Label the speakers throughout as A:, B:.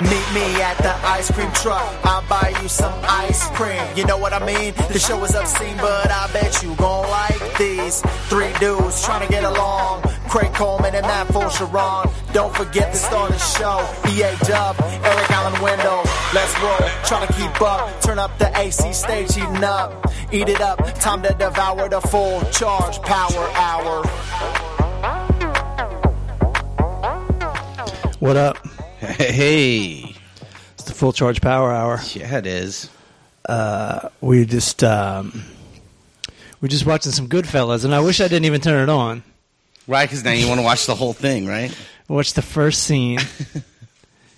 A: me at the ice cream truck. I'll buy you some ice cream. You know what I mean? The show is obscene, but I bet you gon' like these three dudes trying to get along. Craig Coleman and Matt Sharon. Don't forget to start the show. EA Dub, Eric Allen Window. Let's roll. Try to keep up. Turn up the AC stage, heating up. Eat it up. Time to devour the full charge power hour.
B: What up?
C: Hey,
B: It's the Full Charge Power Hour.
C: yeah, it is.
B: We just um, we're just watching some Goodfellas, and I wish I didn't even turn it on.
C: Right, because now you want to watch the whole thing, right?
B: I watched the first scene,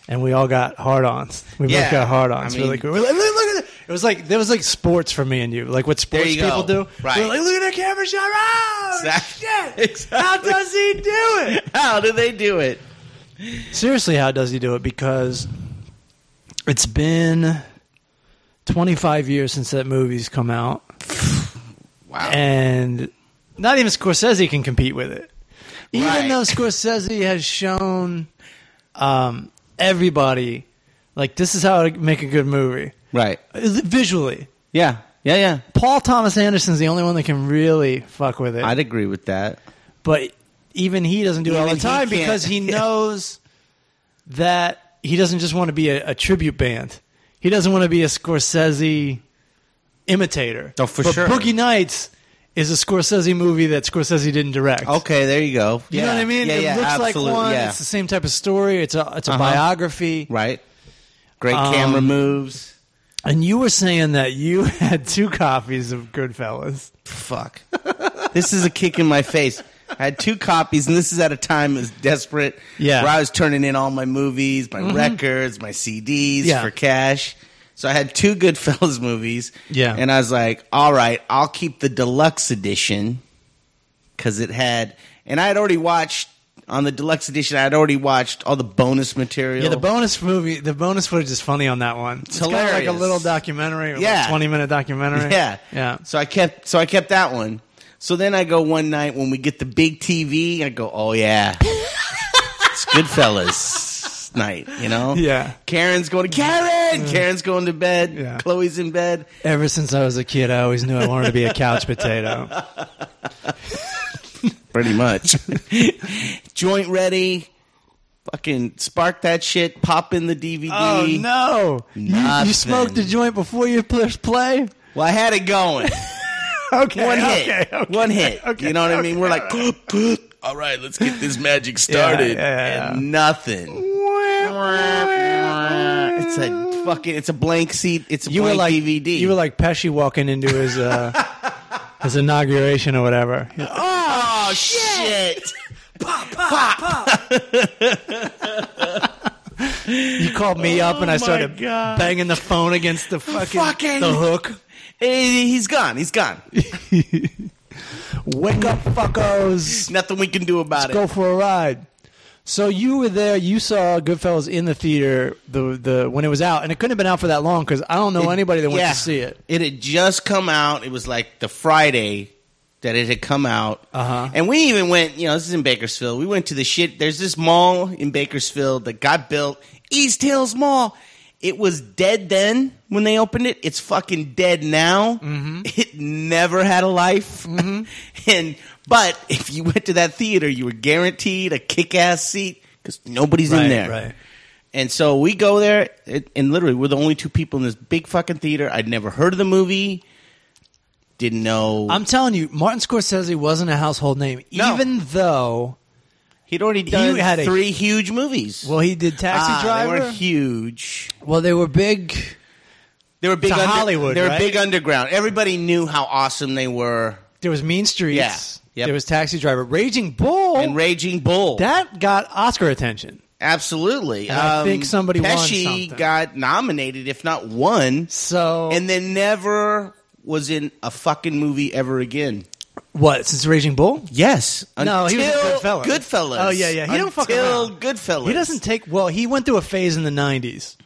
B: and we all got hard-ons. We
C: Yeah,
B: both got hard-ons.
C: I
B: really
C: mean-
B: cool. We're like, look, look at it. It was like there was like sports for me and you, like what sports
C: you
B: people
C: go.
B: do.
C: Right.
B: We're like, look at the camera shot. Oh
C: Exact-
B: shit! How
C: Exactly.
B: does he do it?
C: How do they do it?
B: Seriously, how does he do it? Because it's been 25 years since that movie's come out,
C: Wow.
B: and not even Scorsese can compete with it. Even
C: Right.
B: though Scorsese has shown um, everybody, like, this is how to make a good movie
C: right.
B: visually.
C: Yeah. Yeah. Yeah.
B: Paul Thomas Anderson's the only one that can really fuck with it
C: I'd agree with that.
B: but even he doesn't do it all
C: Even
B: the
C: he
B: time
C: can't.
B: because he knows that he doesn't just want to be a, a tribute band. He doesn't want to be a Scorsese imitator.
C: Oh, for
B: but
C: sure.
B: Boogie Nights is a Scorsese movie that Scorsese didn't direct.
C: Okay, there you go.
B: You know
C: Yeah.
B: what I mean?
C: Yeah.
B: it
C: yeah,
B: looks
C: absolutely.
B: like one.
C: Yeah.
B: It's the same type of story. It's a it's a
C: Uh-huh.
B: biography.
C: Right. Great
B: Um,
C: camera moves.
B: And you were saying that you had two copies of Goodfellas.
C: Fuck. this is a kick in my face. I had two copies, and this is at a time as desperate.
B: Yeah. Mm-hmm.
C: Where I was turning in all my movies, my records, my CDs
B: Yeah.
C: for cash. So I had two Goodfellas movies.
B: Yeah.
C: And I was like, all right, I'll keep the deluxe edition because it had, and I had already watched on the deluxe edition. I had already watched all the bonus material.
B: Yeah, the bonus movie, the bonus footage is funny on that one. It's, kind of like a
C: hilarious.
B: little documentary, a
C: Yeah.
B: twenty minute documentary.
C: Yeah.
B: yeah.
C: So I kept so I kept that one. So then I go one night when we get the big TV, I go, "Oh yeah. it's Goodfellas night, you know?"
B: Yeah.
C: Karen's going to Karen. Karen's going to bed.
B: Yeah.
C: Chloe's in bed.
B: Ever since I was a kid, I always knew I wanted to be a couch potato.
C: Pretty much. Joint ready. Fucking spark that shit, pop in the DVD.
B: Oh no! You, you
C: Nothing.
B: smoked a joint before your first play.
C: Well, I had it going.
B: Okay,
C: One hit.
B: okay, okay.
C: One hit.
B: Okay,
C: you know what I
B: okay,
C: mean? We're like, all right, let's get this magic
B: Yeah,
C: started.
B: yeah,
C: And nothing. It's a fucking. It's a blank seat. It's a
B: You were
C: blank
B: like
C: DVD.
B: You were like Pesci walking into his uh, his inauguration or whatever.
C: oh shit!
B: You called me up and I
C: my
B: started
C: God.
B: banging the phone against the Oh fucking,
C: Fucking-
B: the hook.
C: Hey, he's gone. He's gone.
B: Wake up, fuckos!
C: Nothing we can do about
B: Go
C: it.
B: for a ride. So you were there. You saw Goodfellas in the theater the the when it was out, and it couldn't have been out for that long because I don't know anybody that went
C: Yeah.
B: to see it.
C: It had just come out. It was like the Friday that it had come out.
B: Uh-huh.
C: And we even went. You know, this is in Bakersfield. We went to the shit. There's this mall in Bakersfield that got built, East Hills Mall. It was dead then when they opened it. It's fucking dead now.
B: Mm-hmm.
C: It never had a life. and but if you went to that theater, you were guaranteed a kick-ass seat because nobody's in there. And so we go there, it, and literally, we're the only two people in this big fucking theater. I'd never heard of the movie, didn't know.
B: I'm telling you, Martin Scorsese wasn't a household name,
C: No.
B: even though.
C: He'd already done
B: had a-
C: three huge movies.
B: Well, he did Taxi
C: Ah, They
B: Driver.
C: were huge.
B: well, they were big.
C: They were big.
B: To Hollywood,
C: They were
B: right?
C: big underground. Everybody knew how awesome they were.
B: There was Mean Streets.
C: Yeah. Yep.
B: There was Taxi Driver, Raging Bull.
C: And Raging Bull.
B: that got Oscar attention.
C: Absolutely. Um,
B: And I think somebody won
C: Pesci
B: something.
C: got nominated, if not won,
B: So
C: and then never was in a fucking movie ever again.
B: what? Since Raging Bull,
C: Yes.
B: No, he was in
C: until
B: Goodfellas.
C: Goodfellas.
B: Oh, yeah, yeah. He don't fuck
C: Until
B: around.
C: Goodfellas.
B: he doesn't take. Well, he went through a phase in the '90s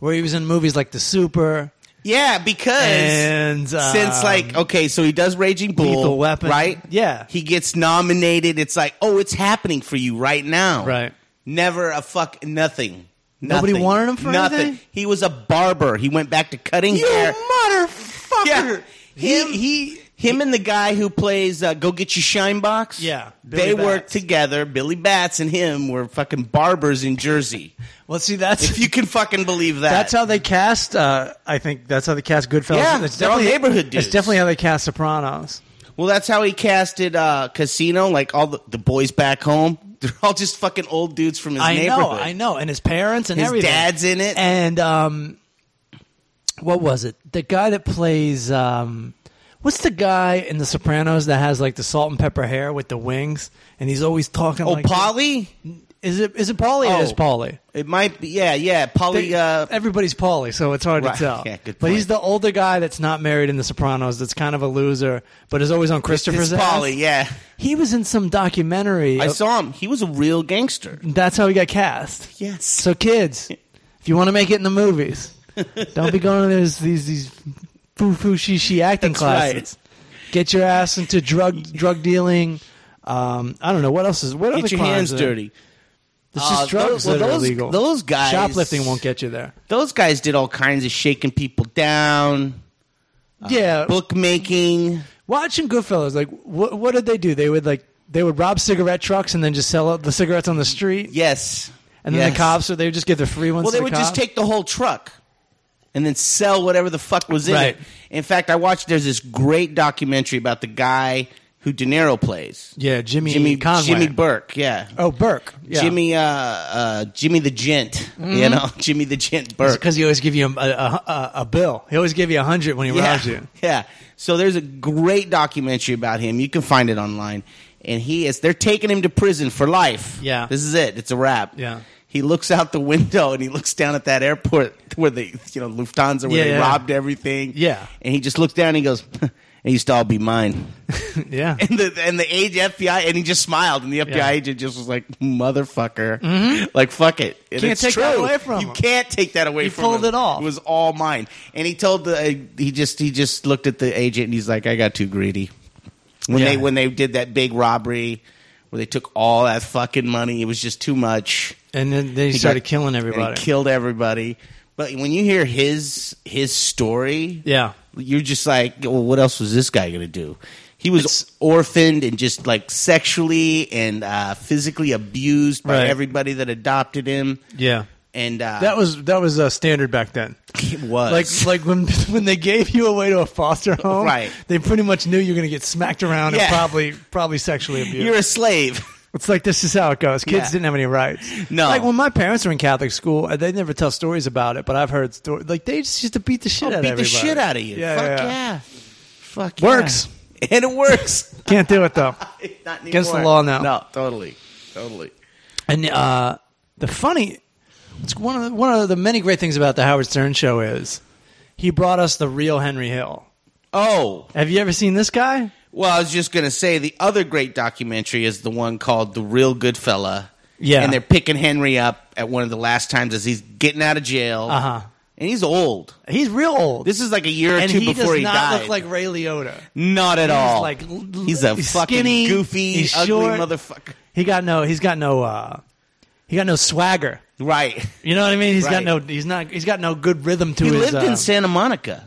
B: where he was in movies like The Super.
C: Yeah, because
B: And, um,
C: since like okay, so he does Raging Bull,
B: Lethal Weapon.
C: right?
B: Yeah.
C: he gets nominated. It's like oh, it's happening for you right now.
B: Right.
C: Never a fuck nothing.
B: Nobody
C: Nothing.
B: wanted him for
C: nothing.
B: anything?
C: He was a barber. He went back to cutting
B: You
C: hair.
B: motherfucker!
C: Yeah.
B: Him-
C: he, he, him, and the guy who plays uh, "Go Get Your Shine Box."
B: Yeah, Billy
C: they
B: Batts.
C: worked together. Billy Bats and him were fucking barbers in Jersey.
B: Well, see, that's
C: if you can fucking believe that,
B: that's how they cast. Uh, I think that's how they cast Goodfellas.
C: Yeah,
B: That's
C: they're all
B: definitely-
C: neighborhood dudes.
B: That's definitely how they cast Sopranos.
C: well, that's how he casted uh, Casino. Like all the, the boys back home, they're all just fucking old dudes from his
B: I know,
C: neighborhood.
B: I know, and his parents and
C: His
B: everything.
C: dad's in it.
B: and um, what was it? The guy that plays um, what's the guy in The Sopranos that has like the salt and pepper hair with the wings, and he's always talking.
C: oh,
B: like
C: Polly.
B: Is it is it Polly? It is
C: Oh.
B: Polly.
C: It might be. Yeah, yeah. Polly.
B: They-
C: uh,
B: everybody's Paulie, so it's hard
C: Right,
B: to tell.
C: yeah, good
B: But
C: point.
B: he's the older guy that's not married in The Sopranos. That's kind of a loser, but is always on Christopher's.
C: it's Polly.
B: ass.
C: Yeah,
B: He was in some documentary.
C: I
B: of-
C: saw him. He was a real gangster.
B: that's how he got cast.
C: Yes.
B: So kids, if you want to make it in the movies, don't be going to those, these these foo foo she she acting
C: That's right.
B: classes. Get your ass into drug drug dealing. Um, I don't know what else is. What other
C: Get your
B: crimes
C: hands
B: are-
C: dirty.
B: It's
C: Uh,
B: just drugs
C: those- well,
B: that are
C: those-
B: illegal.
C: those guys-
B: shoplifting won't get you there.
C: Those guys did all kinds of shaking people down, Uh,
B: yeah,
C: bookmaking.
B: Watching Goodfellas, like what what did they do? They would like they would rob cigarette trucks and then just sell out the cigarettes on the street,
C: Yes,
B: and then
C: Yes.
B: the cops, or they would just give the free ones.
C: Well,
B: to
C: they
B: the
C: would just
B: cops.
C: take the whole truck and then sell whatever the fuck was in
B: Right.
C: it. In fact, I watched. There's this great documentary about the guy who De Niro plays.
B: yeah, Jimmy
C: Jimmy
B: Conway.
C: Jimmy Burke. Yeah.
B: oh Burke, yeah. Mm-hmm.
C: Jimmy, uh, uh, Jimmy the Gent, you know, Jimmy the Gent Burke.
B: because he always give you a, a, a, a bill. He always give you a hundred when he robs you.
C: Yeah. So there's a great documentary about him. You can find it online. And he is they're taking him to prison for life.
B: Yeah.
C: This is it. It's a wrap.
B: Yeah.
C: He looks out the window and he looks down at that airport where they you know, Lufthansa where
B: Yeah,
C: they
B: yeah.
C: robbed everything.
B: Yeah.
C: And he just looks down and he goes, It used to all be mine.
B: Yeah,
C: And the and the age FBI and he just smiled and the FBI
B: Yeah. Mm-hmm.
C: agent just was like, Motherfucker. Like fuck it. And
B: Can't
C: it's
B: take
C: true.
B: that away from
C: You
B: him.
C: can't take that away
B: You
C: from
B: pulled
C: him.
B: it off.
C: It was all mine. And he told the uh, he just he just looked at the agent and he's like, I got too greedy. When
B: Yeah.
C: they when they did that big robbery where they took all that fucking money, it was just too much.
B: and then they
C: He
B: started
C: got-
B: killing
C: and he
B: everybody.
C: killed everybody. But when you hear his his story,
B: yeah,
C: you're just like, well, what else was this guy going to do? He was
B: It's-
C: orphaned and just like sexually and uh, physically abused by
B: Right.
C: everybody that adopted him.
B: yeah.
C: And uh,
B: That was that was uh, standard back then.
C: it was
B: Like like when when they gave you away to a foster home,
C: Right.
B: They pretty much knew you were going to get smacked around
C: Yeah.
B: and probably probably sexually abused.
C: you're a slave.
B: It's like this is how it goes. Kids
C: Yeah.
B: didn't have any rights.
C: No.
B: like when my parents were in Catholic school, uh, they never tell stories about it, but I've heard stories. Like they just used to beat the shit out
C: Oh, Beat
B: of
C: the
B: everybody.
C: shit out of you.
B: Yeah,
C: Fuck
B: yeah,
C: yeah.
B: yeah.
C: Fuck
B: Works.
C: yeah. and it works.
B: Can't do it though.
C: Not
B: Against the
C: anymore.
B: law now.
C: No, totally, totally.
B: And uh, the funny, it's one of the, one of the many great things about the Howard Stern show is he brought us the real Henry Hill.
C: Oh,
B: Have you ever seen this guy?
C: Well, I was just going to say the other great documentary is the one called The Real Good Fella.
B: Yeah.
C: And they're picking Henry up at one of the last times as he's getting out of jail.
B: Uh-huh.
C: And he's old.
B: He's real old.
C: This is like a year or
B: and
C: two
B: he
C: before
B: does
C: he
B: not
C: died.
B: look like Ray Liotta.
C: not at
B: He's
C: all.
B: like l- l-
C: he's a
B: he's
C: fucking
B: skinny,
C: goofy,
B: he's
C: ugly
B: short.
C: motherfucker.
B: He got no. He's got no. Uh, he got no swagger.
C: Right.
B: You know what I mean? He's
C: Right.
B: got no. He's not. He's got no good rhythm to
C: He
B: his.
C: lived
B: uh,
C: in Santa Monica.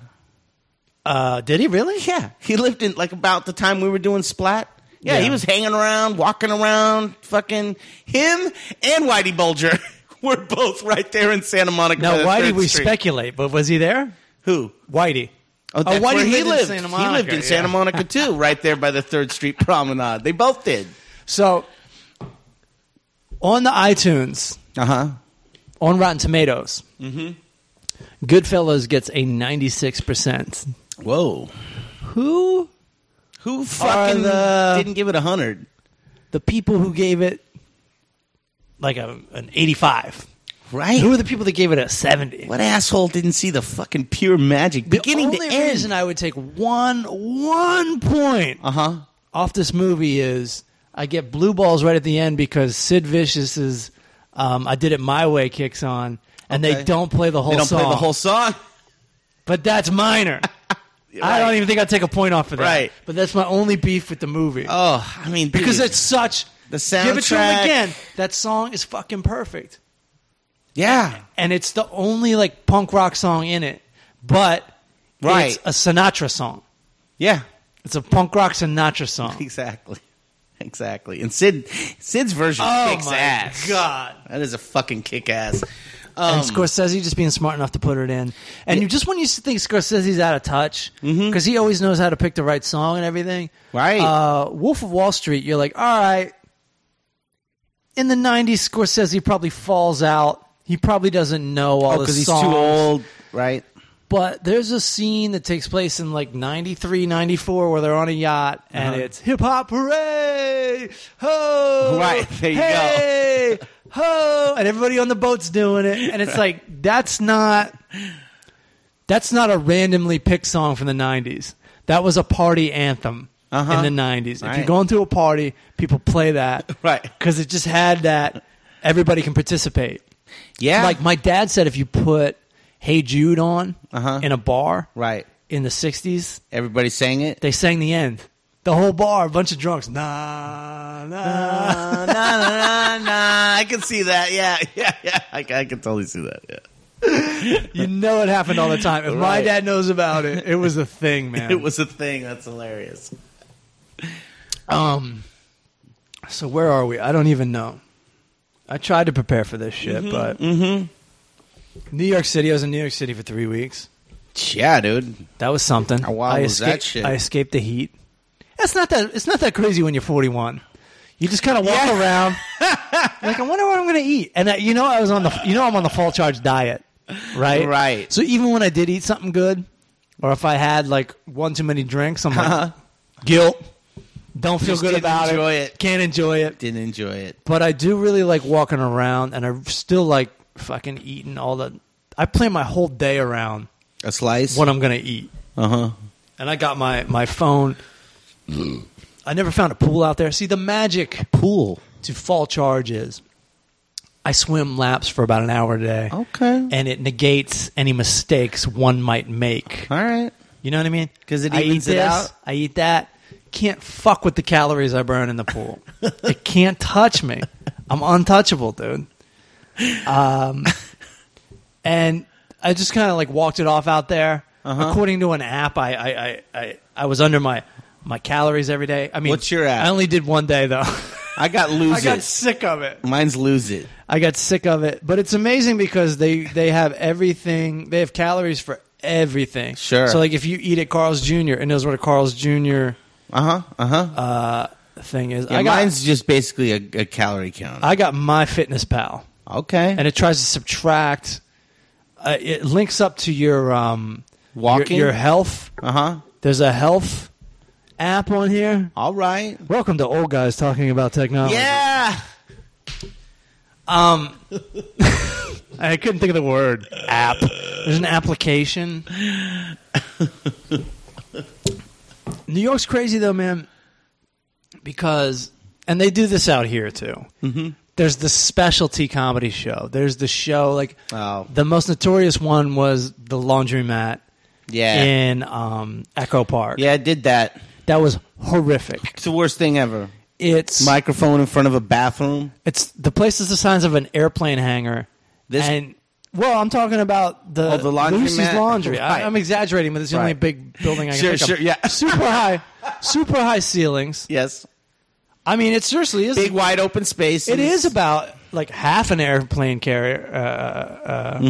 B: uh, did he really?
C: Yeah, he lived in like about the time we were doing Splat. Yeah,
B: Yeah.
C: he was hanging around, walking around, fucking him and Whitey Bulger were both right there in Santa Monica.
B: Now,
C: by the
B: why did
C: Third
B: we
C: Street.
B: speculate? But was he there?
C: Who?
B: Whitey.
C: Oh, that's
B: Whitey
C: where he
B: lived in
C: lived.
B: Santa
C: he lived
B: Monica,
C: in
B: yeah.
C: Santa Monica too, right there by the Third Street Promenade. They both did.
B: So, on the iTunes,
C: Uh huh.
B: on Rotten Tomatoes, Goodfellas gets a ninety-six percent.
C: Whoa.
B: Who?
C: Who fucking
B: the-
C: didn't give it a hundred?
B: The people who gave it like a, an eighty-five.
C: Right.
B: Who are the people that gave it a seventy?
C: what asshole didn't see the fucking pure magic beginning
B: the only
C: to end?
B: reason I would take one one point
C: uh huh.
B: off this movie is I get blue balls right at the end because Sid Vicious's um, "I Did It My Way" kicks on, and
C: Okay.
B: they don't play the whole
C: They don't
B: song.
C: play the whole song.
B: but that's minor. I don't even think I'd take a point off of that.
C: Right.
B: But that's my only beef with the movie
C: Oh, I mean,
B: because
C: dude.
B: it's such
C: The
B: Give it to him
C: soundtrack.
B: again. That song is fucking perfect.
C: Yeah.
B: and it's the only like punk rock song in it, but
C: Right.
B: it's a Sinatra song.
C: Yeah.
B: It's a punk rock Sinatra song.
C: Exactly. Exactly. And Sid Sid's version
B: Oh
C: kicks
B: my
C: ass.
B: god!
C: That is a fucking kick ass. Um,
B: and Scorsese just being smart enough to put it in, and you just when you think Scorsese's out of touch because he always knows how to pick the right song and everything.
C: Mm-hmm. Right.
B: Uh, Wolf of Wall Street, you're like, all right. In the '90s, Scorsese probably falls out. He probably doesn't know all the
C: because Oh, he's too
B: songs.
C: old, right?
B: But there's a scene that takes place in like 93, 94 where they're on a yacht and
C: Uh-huh.
B: it's hip hop hooray, ho,
C: Right, there you go.
B: hey, ho, and everybody on the boat's doing it, and it's like that's not that's not a randomly picked song from the '90s. That was a party anthem
C: Uh-huh.
B: in the '90s. If
C: Right.
B: you're going to a party, people play that,
C: Right.
B: Because it just had that everybody can participate.
C: Yeah.
B: Like my dad said, if you put "Hey Jude" on
C: Uh-huh.
B: in a bar
C: right.
B: in the '60s,
C: Everybody sang it.
B: they sang the end. The whole bar, a bunch of drunks. Nah, nah.
C: na, na, na, na. I can see that. Yeah, yeah, yeah. I, I can totally see that. Yeah.
B: You know it happened all the time. If my
C: Right.
B: dad knows about it, it was a thing, man.
C: It was a thing. That's hilarious.
B: Um. So where are we? I don't even know. I tried to prepare for this shit,
C: Mm-hmm.
B: but New York City. I was in New York City for three weeks.
C: Yeah, dude.
B: That was something.
C: How wild
B: I
C: was that
B: escaped-
C: shit?
B: I escaped the heat. That's not that. It's not that crazy when you're 41. You just kind of walk
C: Yeah.
B: around. like I wonder what I'm going to eat. And I, you know, I was on the. You know, I'm on the fall charge diet, right?
C: Right.
B: So even when I did eat something good, or if I had like one too many drinks, I'm like guilt. Don't feel
C: Uh-huh. Just
B: good
C: didn't
B: about
C: enjoy
B: it.
C: it.
B: Can't enjoy it.
C: Didn't enjoy it.
B: But I do really like walking around, and I still like fucking eating all the. I plan my whole day around
C: A slice.
B: what I'm going to eat
C: Uh huh.
B: and I got my my phone. I never found a pool out there. See, the magic pool to fall charge is I swim laps for about an hour a day.
C: Oh. Okay.
B: And it negates any mistakes one might make.
C: All right.
B: You know what I mean?
C: 'Cause it
B: I eat
C: evens it
B: this,
C: out?
B: I eat that. Can't fuck with the calories I burn in the pool. it can't touch me. I'm untouchable, dude. Um, and I just kind of like walked it off out there.
C: Uh-huh.
B: According to an app, I I, I, I I was under my my calories every day. I mean,
C: What's your app?
B: I only did one day though.
C: I got lose
B: I got
C: it.
B: sick of it.
C: Mine's lose it.
B: I got sick of it. But it's amazing because they they have everything. They have calories for everything.
C: Sure.
B: So like if you eat at Carl's Jr. and knows what a Carl's Jr.
C: Uh huh. Uh huh.
B: thing is, I
C: Yeah,
B: got
C: mine's just basically a, a calorie count.
B: I got my Fitness Pal,
C: okay.
B: and it tries to subtract. Uh, it links up to your um your-
C: Walking?
B: your, health.
C: Uh huh.
B: There's a health app on here.
C: All right.
B: Welcome to old guys talking about technology.
C: Yeah.
B: I couldn't think of the word app. There's an application. New York's crazy though, man, because and they do this out here too. Mm-hmm. There's the specialty comedy show. There's the show like
C: Oh.
B: the most notorious one was the Laundromat
C: Yeah.
B: in um, Echo Park.
C: Yeah, I did that.
B: that was horrific.
C: It's the worst thing ever.
B: It's
C: Microphone in front of a bathroom.
B: it's the place is the size of an airplane hangar.
C: This-
B: and well, I'm talking about the,
C: Oh, the laundry
B: Lucy's
C: mat.
B: laundry.
C: Right.
B: I, I'm exaggerating, but it's the only
C: Right.
B: big building I can
C: Sure,
B: think of.
C: sure, yeah.
B: super high, super high ceilings.
C: Yes.
B: I mean, it seriously is.
C: Big wide open space.
B: it is about like half an airplane carrier. Uh,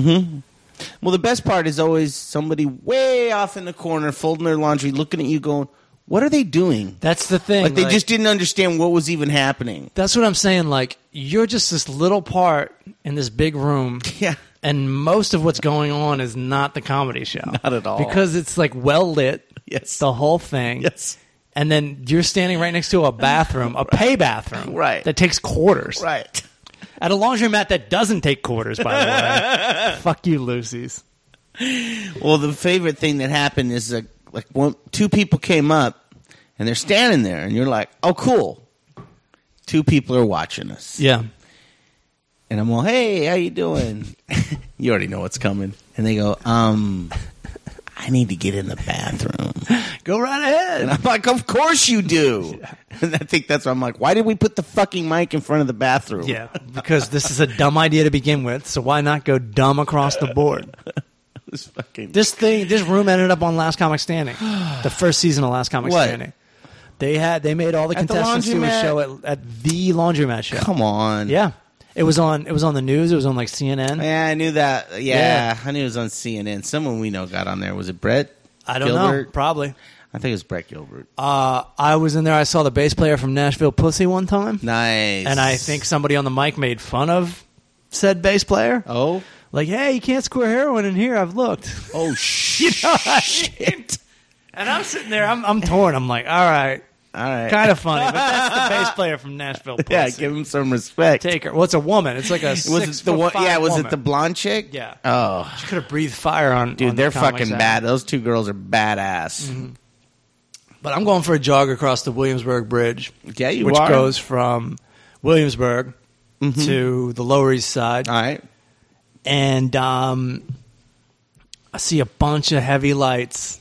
C: Well, the best part is always somebody way off in the corner folding their laundry, looking at you, going, "What are they doing?"
B: that's the thing.
C: Like they just didn't understand what was even happening.
B: That's what I'm saying. Like you're just this little part in this big room.
C: Yeah.
B: And most of what's going on is not the comedy show.
C: Not at all.
B: Because it's like well lit.
C: Yes.
B: The whole thing.
C: Yes.
B: and then you're standing right next to a bathroom, a pay bathroom,
C: Right.
B: That takes quarters,
C: Right.
B: At a laundromat that doesn't take quarters, by the way. Fuck you, Lucy's.
C: Well, the favorite thing that happened is like, like one, two people came up and they're standing there, and you're like, "Oh, cool." Two people are watching us.
B: Yeah,
C: and I'm all, "Hey, how you doing?" you already know what's coming. And they go, "Um, I need to get in the bathroom."
B: go right ahead.
C: And I'm like, "Of course you do. And I think that's why I'm like, why did we put the fucking mic in front of the bathroom?
B: Yeah, because this is a dumb idea to begin with, so why not go dumb across the board?
C: It was fucking.
B: This thing, this room ended up on Last Comic Standing, the first season of Last Comic
C: What?
B: Standing. They had they made all the
C: At the
B: contestants do a
C: laundromat?
B: show at, at the laundromat show.
C: Come on.
B: Yeah, it was on it was on the news. It was on like CNN.
C: Yeah, I knew that. Yeah,
B: Yeah.
C: I knew it was on CNN. Someone we know got on there. Was it Brett?
B: I don't know,
C: Gilbert?
B: probably.
C: I think it was Brett Gilbert.
B: Uh, I was in there. I saw the bass player from Nashville Pussy one time,
C: nice.
B: and I think somebody on the mic made fun of said bass player.
C: Oh.
B: Like, hey, you can't square heroin in here. I've looked.
C: Oh shit.
B: Shit. And I'm sitting there. I'm, I'm torn. I'm like, all right,
C: All right.
B: kind of funny, but that's the bass player from Nashville Pussy.
C: yeah, give him some respect.
B: Take her. Well, it's a woman. It's like a
C: was
B: six
C: it the
B: foot
C: one?
B: five
C: Yeah, was
B: woman.
C: it the blonde chick?
B: Yeah.
C: Oh,
B: She could have breathed fire on.
C: dude,
B: on the Mm-hmm.
C: they're
B: comics
C: fucking
B: act.
C: bad. Those two girls are badass.
B: But I'm going for a jog across the Williamsburg Bridge.
C: Yeah, you
B: which
C: are. Mm-hmm.
B: goes from Williamsburg to the Lower East Side,
C: All right.
B: and um, I see a bunch of heavy lights.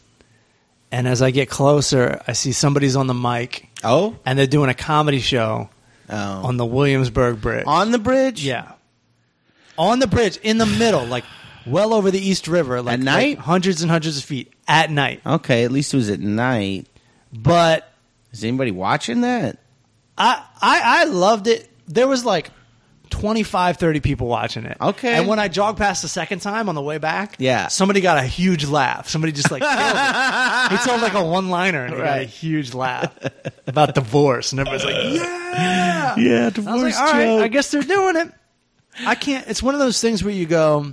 B: And as I get closer, I see somebody's on the mic,
C: Oh.
B: and they're doing a comedy show
C: Oh.
B: on the Williamsburg Bridge.
C: On the bridge.
B: yeah, on the bridge in the middle, like well over the East River, like
C: At night?
B: like hundreds and hundreds of feet at night.
C: Okay. At least it was at night.
B: But
C: Is anybody watching that?
B: I, I I loved it. There was like 25, 30 people watching it.
C: Okay.
B: And when I jogged past the second time on the way back,
C: Yeah.
B: somebody got a huge laugh. Somebody just like killed it. He told like a one liner and he got a
C: Right. Uh,
B: huge laugh about divorce. And everybody's like, yeah.
C: Yeah.
B: I was like, all right, I guess they're doing it. I can't. It's one of those things where you go,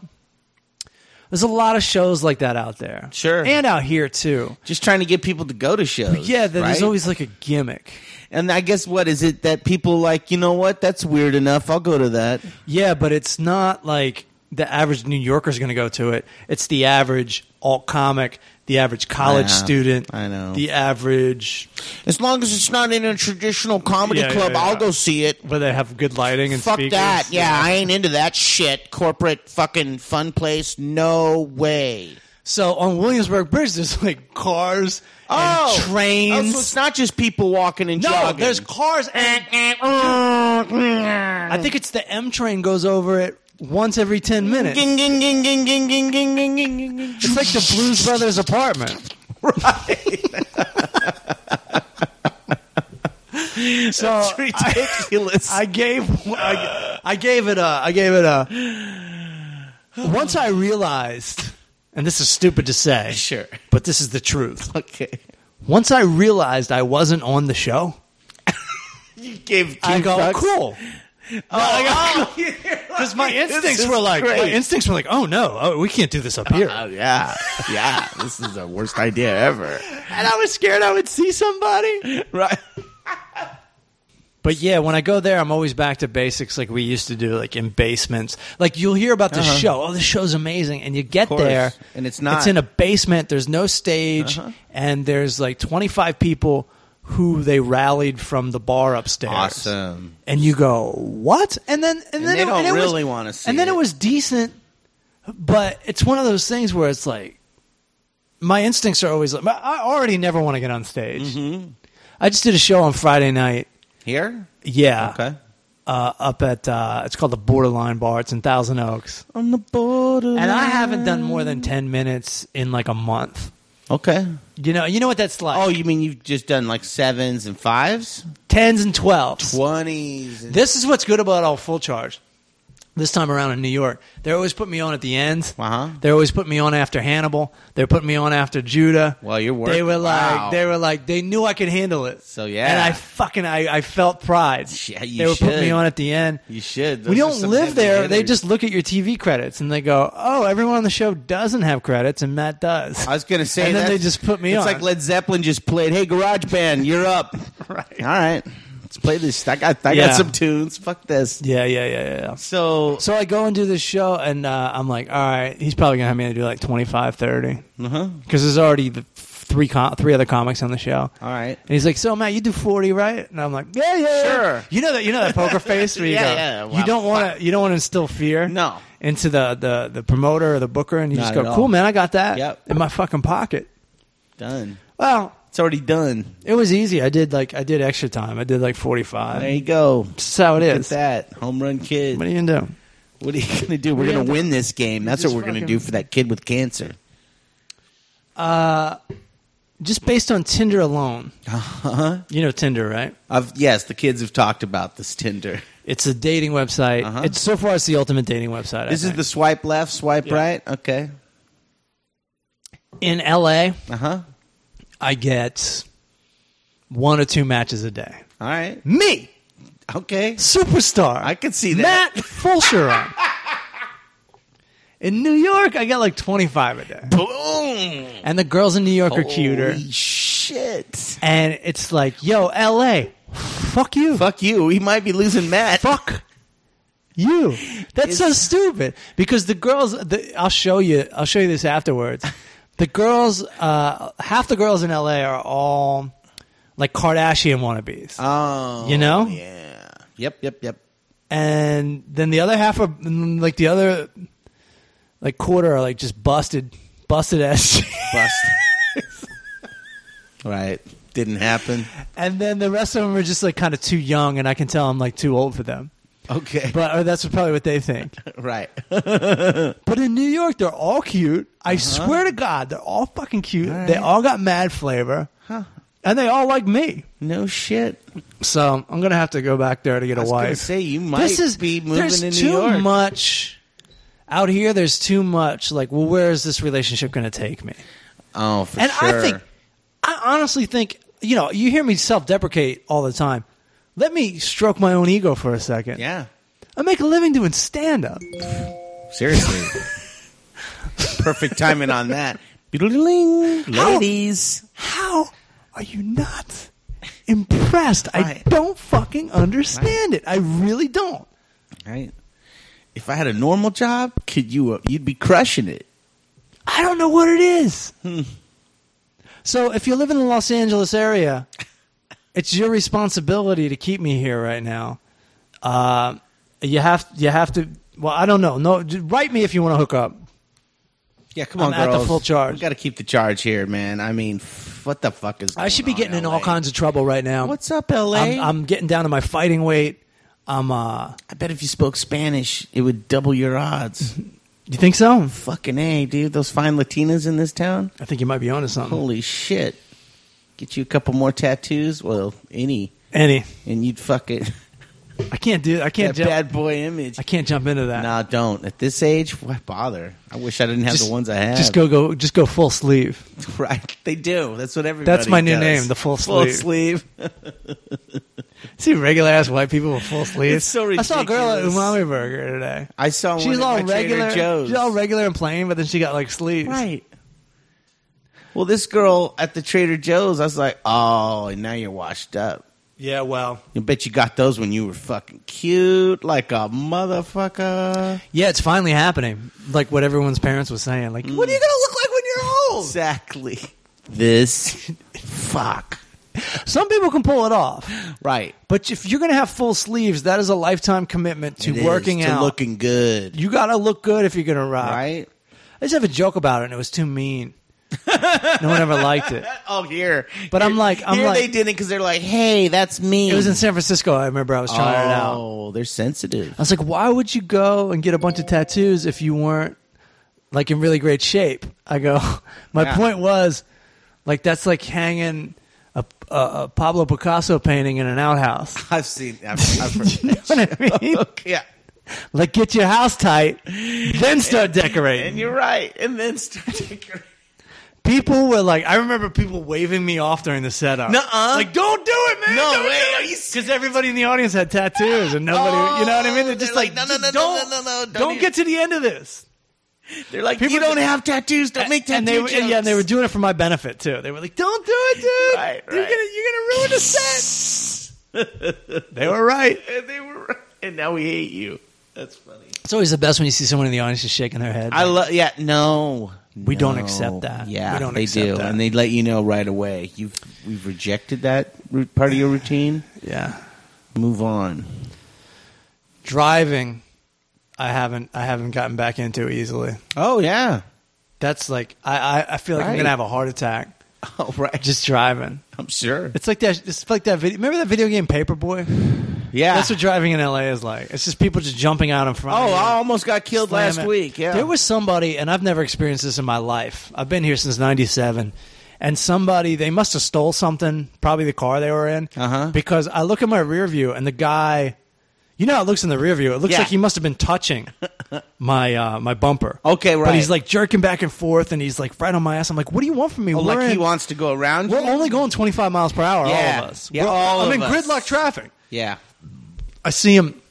B: there's a lot of shows like that out there.
C: Sure.
B: And out here too.
C: Just trying to get people to go to shows.
B: Yeah, that there's
C: right?
B: always like a gimmick.
C: And I guess what is it that people like? You know what? That's weird enough. I'll go to that.
B: Yeah, but it's not like the average New Yorker's going to go to it. It's the average alt comic, the average college
C: Yeah,
B: student,
C: I know.
B: the average
C: As long as it's not in a traditional comedy
B: Yeah, yeah,
C: club,
B: yeah.
C: I'll go see it.
B: where they have good lighting and
C: Fuck
B: speakers.
C: that. Yeah, I ain't into that shit. Corporate fucking fun place. No way.
B: So on Williamsburg Bridge, there's like cars
C: Oh,
B: and trains.
C: so it's not just people walking and
B: no,
C: jogging.
B: there's cars. And I think it's the M train goes over it once every ten minutes.
C: Ging, ging, ging, ging, ging, ging, ging, ging, ging, ging, ging.
B: It's like the Blues Brothers apartment. Right. so I-
C: ridiculous.
B: I gave I, I gave it a I gave it a once I realized and this is stupid to say
C: Sure.
B: but this is the truth
C: okay.
B: once I realized I wasn't on the show
C: You gave two
B: I go
C: fucks?
B: cool
C: Oh,
B: because my instincts
C: is
B: were like my
C: great.
B: instincts were like oh no oh, we can't do this up here
C: oh, yeah. Yeah. This is the worst idea ever.
B: and I was scared I would see somebody
C: Right.
B: But yeah, when I go there, I'm always back to basics, like we used to do, like in basements. Like you'll hear about the show, oh, this show's amazing, and you get
C: Uh-huh. course.
B: there,
C: And it's not. Uh-huh.
B: It's in a basement. There's no stage, and there's like 25 people who they rallied from the bar upstairs.
C: Awesome.
B: And you go, what? And then, and, then
C: they
B: it,
C: don't
B: and it was-
C: really wanna see
B: And then it
C: it.
B: was decent, but it's one of those things where it's like, my instincts are always like, I already never want to get on stage.
C: Mm-hmm.
B: I just did a show on Friday night.
C: Here?
B: Yeah.
C: Okay.
B: Uh, up at uh, it's called the Borderline Bar. It's in Thousand Oaks,
C: On the border.
B: and I haven't done more than ten minutes in like a month.
C: Okay.
B: You know, you know what that's like.
C: Oh, you mean you've just done like sevens and fives?
B: tens and twelves.
C: Twenties. And-
B: This is what's good about all full charge. This time around in New York, they always put me on at the ends.
C: Uh-huh.
B: They always put me on after Hannibal. They put me on after Judah.
C: Well, you're working.
B: They were like,
C: Wow.
B: they were like, they knew I could handle it.
C: So, yeah.
B: and I fucking, I, I felt pride.
C: Yeah, you
B: they would put me
C: should.
B: on at the end.
C: you should.
B: we
C: Those are
B: don't
C: some
B: live
C: heavy
B: there. They
C: hitters.
B: just look at your TV credits and they go, "Oh, everyone on the show doesn't have credits, and Matt does."
C: I was gonna say,
B: and then
C: that's-
B: they just put me
C: it's
B: on.
C: like Led Zeppelin just played. Hey, Garage Band, you're up. right. All right. Let's play this. I got. I
B: Yeah.
C: got some tunes. Fuck this.
B: yeah, yeah, yeah, yeah, yeah.
C: So.
B: So I go and do this show, and uh, I'm like, "All right, he's probably gonna have me to do like 25, 30. because
C: Uh-huh.
B: there's already the three com- three other comics on the show."
C: All right.
B: And he's like, "So Matt, you do forty, right?" And I'm like, "Yeah, yeah, yeah."
C: Sure.
B: You know that you know that poker face where you
C: Yeah,
B: go,
C: yeah, wow,
B: you don't want to you don't want to instill fear,
C: No.
B: into the the the promoter or the booker, and you
C: Not
B: just go,
C: at all.
B: "Cool, man, I got that
C: Yep.
B: in my fucking pocket."
C: Done.
B: Well,
C: It's already done.
B: It was easy. I did like I did extra time. I did like forty five.
C: There you go.
B: That's how it
C: Look at
B: is.
C: that home run kid.
B: What are you gonna do?
C: What are you going to do? We're
B: We
C: going
B: have
C: to
B: to-
C: win this game. That's what
B: just
C: we're going to
B: fucking-
C: do for that kid with cancer.
B: Just based on Tinder alone.
C: Uh-huh.
B: You know Tinder, right?
C: I've, yes, the kids have talked about this Tinder.
B: It's a dating website.
C: Uh-huh.
B: It's so far it's the ultimate dating website.
C: This is the swipe left, swipe right. Okay.
B: the in LA.
C: Uh huh.
B: I get one or two matches a day.
C: All right.
B: Me,
C: Okay.
B: superstar.
C: I could see that.
B: Matt Fulcheron. in New York, I got like twenty five a day,
C: Boom.
B: and the girls in New York are cuter.
C: Holy shit.
B: And it's like, yo, L.A., fuck you,
C: Fuck you. He might be losing Matt.
B: fuck you. That's so stupid because the girls. The, I'll show you. I'll show you this afterwards. The girls, uh, half the girls in L.A. are all like Kardashian wannabes.
C: Oh.
B: You know?
C: Yeah. Yep, yep, yep.
B: and then the other half of like the other like quarter are like just busted busted ass
C: Bust. right. Didn't happen.
B: and then the rest of them are just like kind of too young and i can tell i'm like too old for them
C: Okay.
B: but or that's probably what they think
C: right.
B: but in new york they're all cute i swear to god they're all fucking cute they all got mad flavor and they all like me
C: no shit.
B: so i'm gonna have to go back there to get a
C: I was going to
B: wife
C: say, you might be moving
B: there's
C: to New
B: too
C: York.
B: much out here there's too much like well where is this relationship gonna take me
C: oh, for
B: And
C: sure.
B: I think, I honestly think, you know, you hear me self deprecate all the time. Let me stroke my own ego for a second.
C: Yeah.
B: I make a living doing stand up.
C: Seriously. Perfect timing on that. Doodling. Ladies.
B: How are you not impressed? I
C: Right.
B: don't fucking understand it. I really don't.
C: Right. If I had a normal job, could you? Uh, you'd be crushing it.
B: I don't know what it is.
C: Hmm.
B: so if you live in the Los Angeles area, it's your responsibility to keep me here right now. Uh, you have you have to. Well, I don't know. No, j- write me if you want to hook up.
C: Yeah, come
B: I'm
C: on,
B: at the
C: girls.
B: full charge.
C: We got to keep the charge here, man. I mean, f- what the fuck is? Going
B: I should be
C: on,
B: getting in all
C: LA?
B: kinds of trouble right now.
C: Oh, What's up, LA?
B: I'm, I'm getting down to my fighting weight. I'm. uh
C: I bet if you spoke Spanish, it would double your odds.
B: You think so?
C: Fucking a, dude. Those fine Latinas in this town.
B: I think you might be onto something.
C: Holy shit. Get you a couple more tattoos. Well, any,
B: Any,
C: and you'd fuck it.
B: I can't do. I
C: That
B: can't. Jump,
C: bad boy image.
B: I can't jump into that.
C: Nah, don't. At this age, why bother? I wish I didn't have
B: Just-
C: the ones I have.
B: Just go. Go. Just go full sleeve.
C: Right, they do. That's what everybody.
B: That's my new
C: does.
B: name, the full
C: Full
B: sleeve.
C: sleeve.
B: See regular ass white people with full sleeves.
C: It's so
B: I saw a girl at
C: ridiculous.
B: Umami Burger today.
C: I saw
B: She's
C: one
B: all
C: at my Trader
B: regular.
C: Joe's.
B: She's all regular and plain, but then she got like sleeves.
C: right. Well, this girl at the Trader Joe's, I was like, oh, now you're washed up.
B: Yeah. Well.
C: I bet you got those when you were fucking cute, like a motherfucker.
B: Yeah, it's finally happening. Like what everyone's parents was saying. Like, what are
C: Mm.
B: you gonna look like when you're old?
C: Exactly. This fuck.
B: Some people can pull it off,
C: Right.
B: but if you're gonna have full sleeves, that is a lifetime commitment to
C: It is
B: working
C: to
B: out.
C: looking good.
B: you gotta look good if you're gonna rock.
C: Right.
B: I just have a joke about it, and it was too mean. no one ever liked it.
C: Oh, here.
B: But I'm like- I'm
C: here
B: like-
C: they didn't because they're like, hey, that's me.
B: It was in San Francisco. I remember I was trying it out.
C: Oh, they're sensitive.
B: I was like, why would you go and get a bunch of tattoos if you weren't like in really great shape? I go, my
C: Yeah.
B: point was, like, that's like hanging a, a, a Pablo Picasso painting in an outhouse.
C: I've seen. I've, I've heard
B: You know what I mean?
C: yeah,
B: like, get your house tight, then start decorating.
C: you're right. And then start decorating.
B: People were like, I remember people waving me off during the setup.
C: Nuh-uh.
B: Like, don't do it, man.
C: No
B: don't
C: way.
B: do
C: Are
B: it.
C: you
B: Because everybody in the audience had tattoos, and nobody, you know what I mean? They're
C: Oh, They're
B: just
C: like,
B: like,
C: "No, no,
B: just
C: no, no,
B: don't,
C: no, no, no, don't e-"
B: don't
C: even-"
B: get to the end of this.
C: They're like,
B: People
C: you don't
B: just-
C: have tattoos. Don't make tattoo
B: and they were,
C: jokes.
B: yeah, and they were doing it for my benefit too. They were like, "Don't do it, dude!
C: Right,
B: You're
C: right.
B: gonna you're gonna ruin the set." they were right.
C: And they were. right. And now we hate you. That's funny.
B: It's always the best when you see someone in the audience just shaking their head.
C: I love. Yeah, no.
B: We don't
C: No.
B: accept that.
C: Yeah,
B: We don't
C: they
B: accept
C: do,
B: that.
C: and they let you know right away. You've we've rejected that root- part of your routine.
B: yeah,
C: Move on.
B: driving. I haven't I haven't gotten back into easily.
C: Oh yeah,
B: That's like I I, I feel like I'm
C: Right.
B: gonna have a heart attack.
C: Oh, right.
B: just driving.
C: I'm sure.
B: It's like that. It's like that video. Remember that video game Paperboy?
C: Yeah.
B: That's what driving in LA is like. It's just people just jumping out in front.
C: oh,
B: of you.
C: I almost got killed
B: Slam
C: last
B: it.
C: week. Yeah.
B: There was somebody, and I've never experienced this in my life. I've been here since '97, and somebody they must have stole something, probably the car they were in,
C: Uh-huh.
B: because I look at my rear view and the guy, you know, how it looks in the rear view. It looks
C: Yeah.
B: like he must have been touching my uh, my bumper.
C: Okay, right.
B: But he's like jerking back and forth, and he's like right on my ass. I'm like, what do you want from me?
C: Oh,
B: we're
C: like he
B: in-
C: wants to go around.
B: we're
C: you?
B: only going 25 miles per hour,
C: Yeah.
B: all of us.
C: Yeah,
B: We're-
C: all
B: I'm
C: of
B: in
C: us.
B: gridlock traffic.
C: Yeah.
B: I see him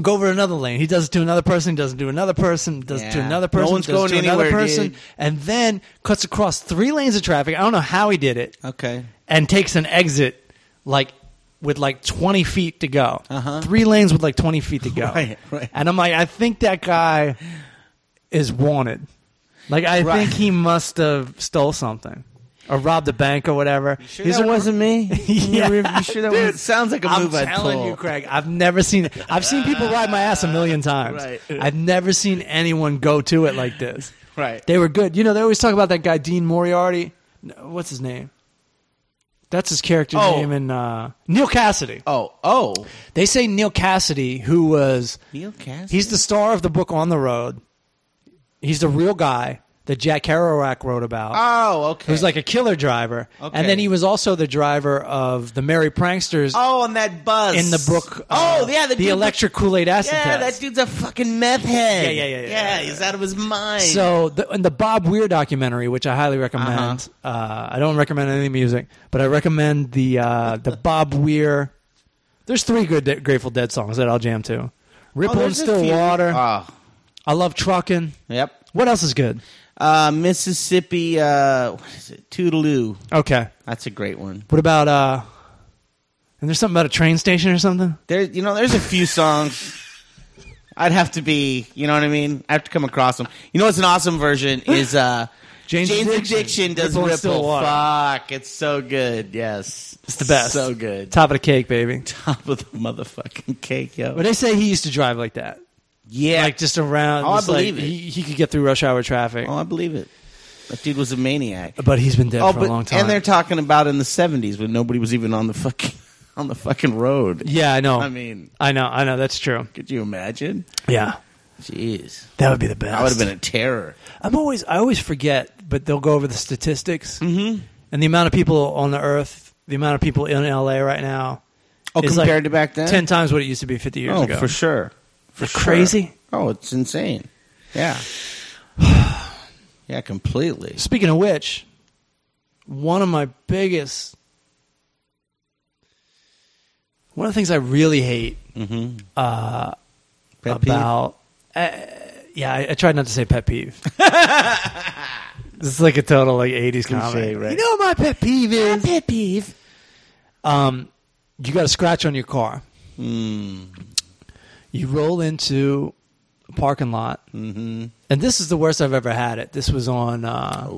B: go over to another lane. He does it to another person. He does it to another person. Does it to
C: Yeah.
B: another
C: No
B: person.
C: one's
B: does it
C: going
B: to another
C: anywhere,
B: person,
C: dude.
B: and then cuts across three lanes of traffic. I don't know how he did it,
C: Okay.
B: and takes an exit like with like twenty feet to go.
C: Uh-huh.
B: Three lanes with like twenty feet to go.
C: Right, right.
B: And I'm like, I think that guy is wanted. Like I
C: Right.
B: think he must have stole something or robbed a bank or whatever. He's a-
C: me.
B: Yeah.
C: You sure that
B: Dude,
C: was? Sounds like a
B: I'm
C: move I
B: telling
C: pull.
B: you, Craig. I've never seen. it. I've seen people ride my ass a million times.
C: Right.
B: I've never seen anyone go to it like this.
C: Right.
B: They were good. You know, they always talk about that guy Dean Moriarty. No, What's his name? That's his character's
C: Oh.
B: name in uh, Neil Cassidy.
C: Oh, oh.
B: They say Neil Cassidy, who was
C: Neil Cassidy.
B: he's the star of the book On the Road. He's the real guy that Jack Kerouac wrote about.
C: Oh, okay.
B: He was like a killer driver,
C: Okay.
B: and then he was also the driver of the Merry Pranksters
C: oh, on that buzz
B: in the Brook.
C: oh,
B: uh,
C: yeah, the,
B: the,
C: dude-
B: electric Kool Aid acid
C: Yeah, that
B: test.
C: dude's a fucking meth head.
B: Yeah, yeah, yeah, yeah, yeah.
C: he's out of his mind.
B: So, the, and the Bob Weir documentary, which I highly recommend. uh
C: Uh-huh.
B: I don't recommend any music, but I recommend the uh, the Bob Weir. There's three good De- Grateful Dead songs that I'll jam to.
C: Oh,
B: Ripple and
C: there's a
B: Still
C: few-
B: Water.
C: Oh,
B: I love Truckin'.
C: yep.
B: What else is good?
C: Uh, Mississippi. Uh, what is it? Toodaloo.
B: Okay.
C: That's a great one.
B: What about uh? And there's something about a train station or something.
C: There, you know, there's a few songs. I'd have to be, you know what I mean. I have to come across them. You know, what's an awesome version is uh,
B: Jane's Addiction.
C: Addiction does
B: Ripple and
C: Ripple.
B: Still Water.
C: Fuck, it's so good. Yes,
B: It's the best.
C: So good.
B: Top of the cake, baby.
C: Top of the motherfucking cake, yo.
B: But they say he used to drive like that.
C: yeah.
B: like just around.
C: Oh, I
B: just, like,
C: believe it.
B: He, he could get through rush hour traffic,
C: oh, I believe it. That dude was a maniac.
B: but he's been dead
C: oh,
B: for
C: but
B: a long time.
C: and they're talking about in the '70s when nobody was even on the fucking on the fucking road.
B: yeah, I know.
C: I mean,
B: I know, I know. That's true.
C: could you imagine?
B: Yeah,
C: Jeez,
B: that would be the best.
C: I would have been a terror.
B: I'm always, I always forget, but they'll go over the statistics mm-hmm. and the amount of people on the earth, the amount of people in LA right now.
C: Oh,
B: is like
C: compared to back then,
B: ten times what it used to be 50 years
C: oh,
B: ago.
C: for sure. For
B: Isn't that crazy?
C: Oh, it's insane. Yeah. yeah, completely.
B: Speaking of which, one of my biggest, one of the things I really hate
C: Pet peeve?
B: about. Uh, yeah, I, I tried not to say pet peeve. this is like a total like '80s comedy.
C: right.
B: You know what my pet peeve is?
C: pet peeve.
B: Um, you got a scratch on your car.
C: Hmm.
B: You roll into a parking lot,
C: Mm-hmm.
B: and this is the worst I've ever had it. This was on uh,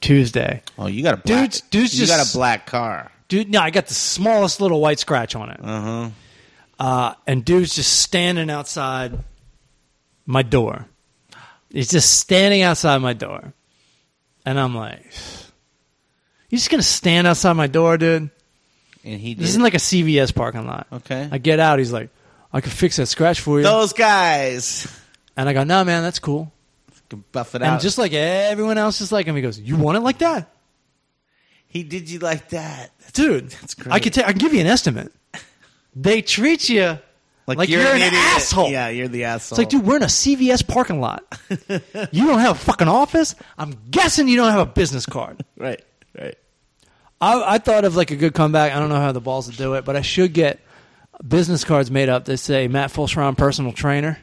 B: Tuesday.
C: Oh, you got a black,
B: Dudes- dudes
C: you got
B: just-
C: a black car.
B: Dude, no, I got the smallest little white scratch on it. Uh-huh. and dude's just standing outside my door. He's just standing outside my door. And I'm like, you just going to stand outside my door, dude?
C: And he did.
B: This isn't like a CVS parking lot.
C: Okay.
B: I get out. He's like, I can fix that scratch for you.
C: Those guys.
B: And I go, no, man, that's cool.
C: Can buff it
B: And
C: out.
B: just like everyone else is like him, he goes, you want it like that?
C: he did you like that.
B: dude.
C: great.
B: I can ta- I can give you an estimate. They treat you like, you're, an,
C: idiot.
B: asshole.
C: Yeah, you're the asshole.
B: It's like, dude, we're in a CVS parking lot. you don't have a fucking office. I'm guessing you don't have a business card.
C: Right, right.
B: I, I thought of like a good comeback. I don't know how the balls to do it, but I should get business cards made up that say Matt Fulshron personal trainer.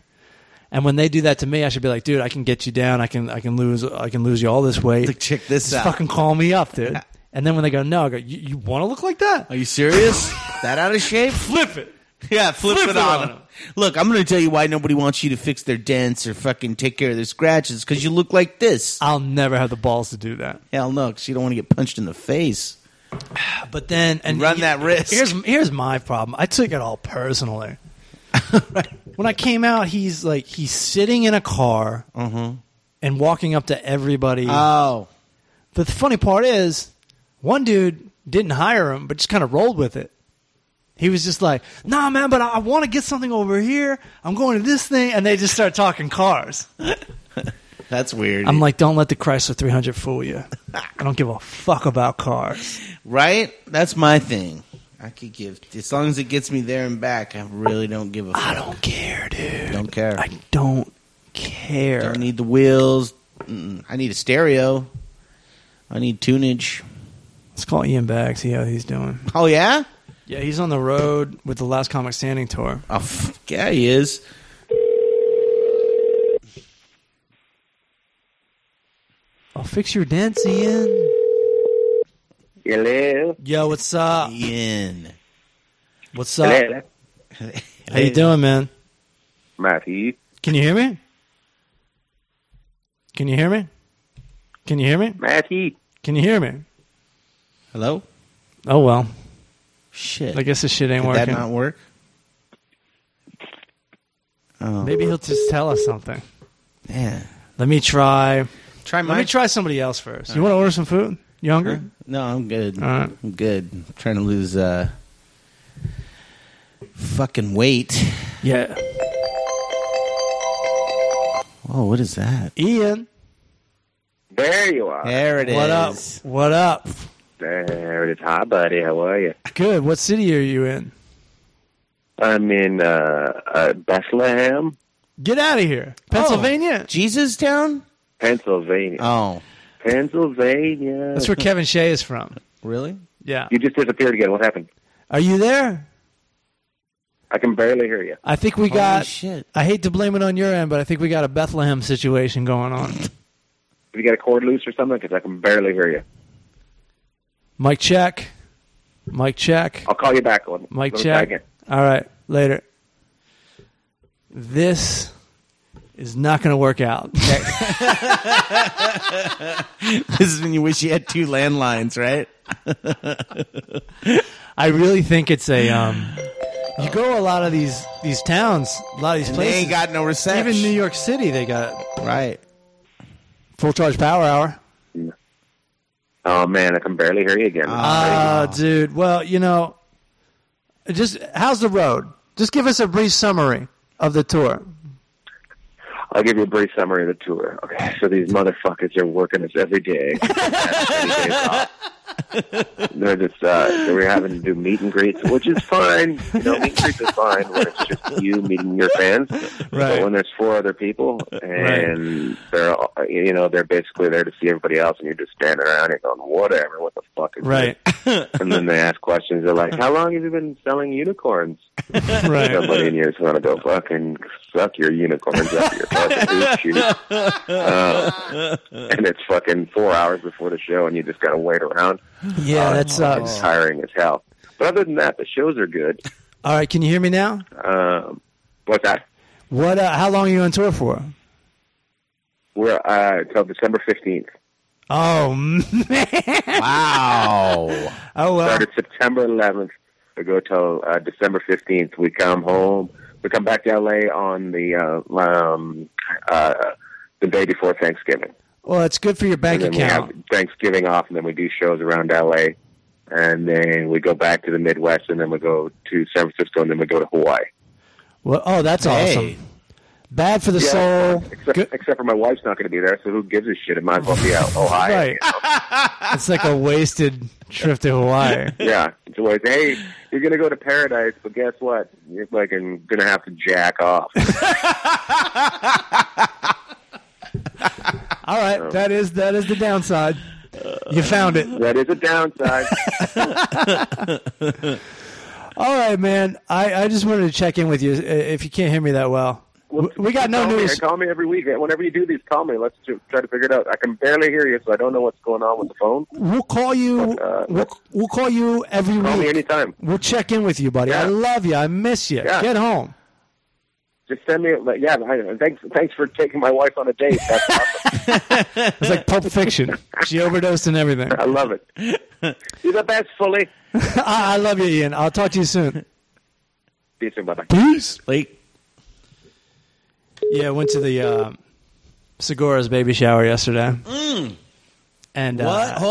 B: And when they do that to me, I should be like, dude, I can get you down. I can I can lose I can lose you all this weight.
C: Like, check this
B: Just
C: out.
B: fucking call me up, dude. And then when they go, no, I go, you, you want to look like that?
C: Are you serious? that out of shape?
B: Flip it.
C: Yeah, flip,
B: Flip
C: it,
B: it
C: on
B: on
C: them.
B: 'em.
C: Look, I'm going to tell you why nobody wants you to fix their dents or fucking take care of their scratches because you look like this.
B: I'll never have the balls to do that.
C: Hell no, because you don't want to get punched in the face.
B: But then and
C: Run that risk.
B: Here's here's my problem. I took it all personally. When I came out, he's like he's sitting in a Mm-hmm. car and walking up to everybody.
C: Oh,
B: but the funny part is, One dude didn't hire him, but just kind of rolled with it. He was just like, "Nah, man, but I, I want to get something over here. I'm going to this thing," and they just start talking cars.
C: That's weird.
B: I'm like, "Don't let the Chrysler 300 fool you. I don't give a fuck about cars."
C: right? That's my thing. I could give as long as it gets me there and back. I really don't give a
B: I
C: fuck.
B: don't care, dude.
C: Don't care.
B: I don't care.
C: Don't need the wheels. Mm-mm. I need a stereo. I need tunage.
B: Let's call Ian back. See how he's doing.
C: Oh yeah.
B: Yeah, he's on the road with the Last Comic Standing tour.
C: Oh f- yeah, he is.
B: I'll fix your dents, Ian.
D: Hello.
B: Yo, what's up?
C: Ian.
B: What's up?
D: Hello.
B: How you doing, man?
D: Matthew.
B: Can you hear me? Can you hear me? Can you hear me?
D: Matthew.
B: Can you hear me?
C: Hello.
B: Oh well,
C: Shit.
B: I guess this shit ain't
C: Did
B: working.
C: that not work? Oh
B: Maybe he'll just tell us something.
C: man.
B: Let me try.
C: Try
B: Let me try somebody else first. You want to order some food? You hungry?
C: No, I'm good.
B: All right.
C: I'm good. I'm trying to lose uh fucking weight.
B: Yeah.
C: Oh, what is that?
B: Ian,
D: There you are.
C: There it is.
B: what up? What up?
D: There it is. Hi, buddy. How are you?
B: Good. What city are you in?
D: I'm in uh, uh, Bethlehem,
B: Get out of here,
C: Oh.
B: Pennsylvania.
C: Jesus Town?
D: Pennsylvania.
C: Oh,
D: Pennsylvania.
B: Uh. That's where Kevin Shea is from.
C: really?
B: Yeah.
D: You just disappeared again. What happened?
B: Are you there?
D: I can barely hear you.
B: I think we got.
C: shit.
B: I hate to blame it on your end, but I think we got a Bethlehem situation going on.
D: Have you got a cord loose or something? Because I can barely hear you.
B: Mike check. Mike check.
D: I'll call you back. Let me-
B: Mike
D: let me try
B: check.
D: again.
B: All right. Later. This is not going to work out.
C: This is when you wish you had two landlines, right?
B: I really think it's a. Um, you go a lot of these these towns, a lot of these
C: And
B: places.
C: they ain't got no reception.
B: even New York City, they got
C: Right.
B: full charge power hour.
D: Oh, man. I can barely hear you again.
B: Uh, dude. Well, you know, just how's the road? Just give us a brief summary of the tour.
D: I'll give you a brief summary of the tour. Okay, so these motherfuckers are working us every day. Every day's off. They're just uh, they we're having to do meet and greets, which is fine. You know, meet and greets is fine when it's just you meeting your fans.
B: Right.
D: But when there's four other people and they're all, you know they're basically there to see everybody else, and you're just standing around and going whatever, what the fuck is
B: Right.
D: this? And then they ask questions. They're like, "How long have you been selling unicorns?"
B: right.
D: somebody in here is going to go fucking suck your unicorns up your fucking boot shoot. Uh, and it's fucking four hours before the show, and you just got to wait around.
B: Yeah, that
D: It's
B: sucks.
D: tiring as hell. But other than that, the shows are good.
B: All right. Can you hear me now?
D: Um, what's that?
B: What? Uh, how long are you on tour for?
D: We're uh, till December fifteenth.
B: Oh man.
C: Wow.
B: Oh well.
D: Started September eleventh. We go till uh, December fifteenth. We come home. We come back to LA on the uh, um, uh, the day before Thanksgiving.
B: Well, it's good for your bank
D: and then
B: account.
D: we have Thanksgiving off, and then we do shows around LA, and then we go back to the Midwest, and then we go to San Francisco, and then we go to Hawaii.
B: Well, oh, that's
C: Hey.
B: awesome. Bad for the soul.
D: Except,
B: Good-
D: except for my wife's not going to be there, so who gives a shit? It might as well be out Ohio.
B: Right. it's like a wasted trip to Hawaii.
D: Yeah, it's always hey, you're going to go to paradise, but guess what? You're fucking going to have to jack off.
B: All right, that is that is the downside. You found it.
D: that is a downside.
B: All right, man. I, I just wanted to check in with you uh, if you can't hear me that well.
D: Well,
B: We- We got no
D: call me-
B: news.
D: call me every week. Whenever you do these, call me. Let's ju- try to figure it out. I can barely hear you, so I don't know what's going on with the phone.
B: We'll call you.
D: uh,
B: We'll, we'll call you every
D: Call me
B: week.
D: anytime.
B: We'll check in with you, buddy. I
D: Yeah.
B: love you. I miss you.
D: Yeah.
B: Get home.
D: Just send me. a- Yeah, I- thanks. Thanks for taking my wife on a date. That's awesome.
B: It's like Pulp Fiction. she overdosed and everything.
D: I love it. You're the best, fully.
B: I, I love you, Ian. I'll talk to you soon.
D: See you soon. Bye bye.
B: Peace.
C: Like,
B: Yeah, I went to the uh, Segura's baby shower yesterday. And
C: Mm. What?
B: Uh,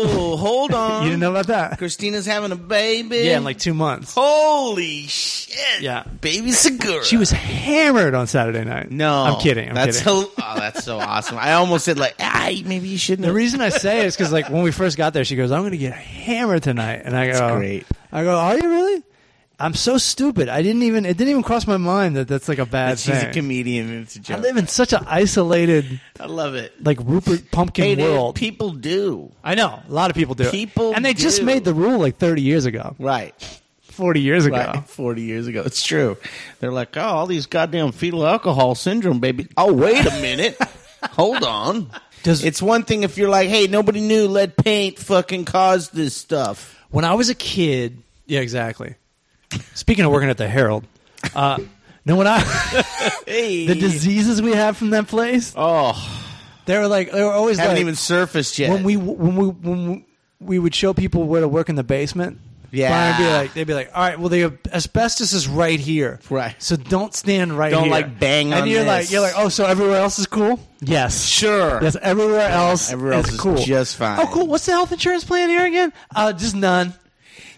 C: Oh, hold on.
B: you didn't know about that?
C: Christina's having a baby.
B: Yeah, in like two months.
C: Holy shit!
B: Yeah.
C: baby Segura.
B: She was hammered on Saturday night.
C: No,
B: I'm kidding. I'm
C: that's
B: kidding.
C: hel- oh, that's so awesome. I almost said like, ah, maybe you shouldn't.
B: The
C: have-
B: reason I say it is because like when we first got there, she goes, "I'm going to get hammered tonight," and I go,
C: great.
B: I go, "Are you really?" I'm so stupid. I didn't even. It didn't even cross my mind that that's like a bad
C: She's a
B: thing.
C: comedian. It's a
B: I
C: joke.
B: live in such an isolated,
C: I love it.
B: like Rupert Pumpkin
C: Hey, dude,
B: world.
C: people do
B: I know a lot of people do. it.
C: People
B: and they just
C: do.
B: made the rule like 30 years ago,
C: right.
B: 40 years ago.
C: Right, forty years ago, it's true. They're like, oh, all these goddamn fetal alcohol syndrome, baby. Oh, wait a minute, hold on.
B: Does-
C: it's one thing if you're like, hey, nobody knew lead paint fucking caused this stuff.
B: when I was a kid, yeah, exactly. Speaking of working at the Herald, uh, no, when I
C: Hey,
B: the diseases we have from that place,
C: oh,
B: they were like they were always
C: haven't
B: like,
C: even surfaced yet.
B: when we when we when we, we would show people where to work in the basement.
C: Yeah.
B: Brian would be like, they'd be like, all right, well, the asbestos is right here,
C: Right.
B: So don't stand right.
C: Don't,
B: here."
C: like, bang
B: And
C: on
B: you're like,
C: this.
B: you're like, oh, so everywhere else is cool. Yes,
C: sure,
B: Yes, everywhere else.
C: everywhere else
B: is
C: is
B: cool.
C: just fine.
B: Oh, cool. What's the health insurance plan here again? Uh, just none.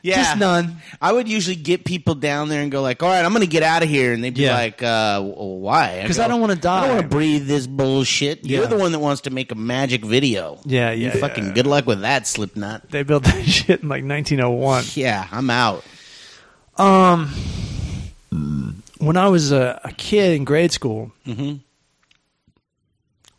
C: yeah,
B: just none.
C: I would usually get people down there and go like, all right, I'm going to get out of here, and they'd be
B: Yeah.
C: like, uh, w- why?
B: 'Cause
C: go,
B: I don't wanna
C: I don't
B: die."
C: want to breathe this bullshit. You're
B: Yeah.
C: the one that wants to make a magic video.
B: Yeah,
C: You
B: yeah, yeah,
C: fucking
B: yeah.
C: good luck with that, Slipknot.
B: They built that shit in like 1901.
C: Yeah, I'm out.
B: Um, when I was a, a kid in grade school,
C: Mm-hmm.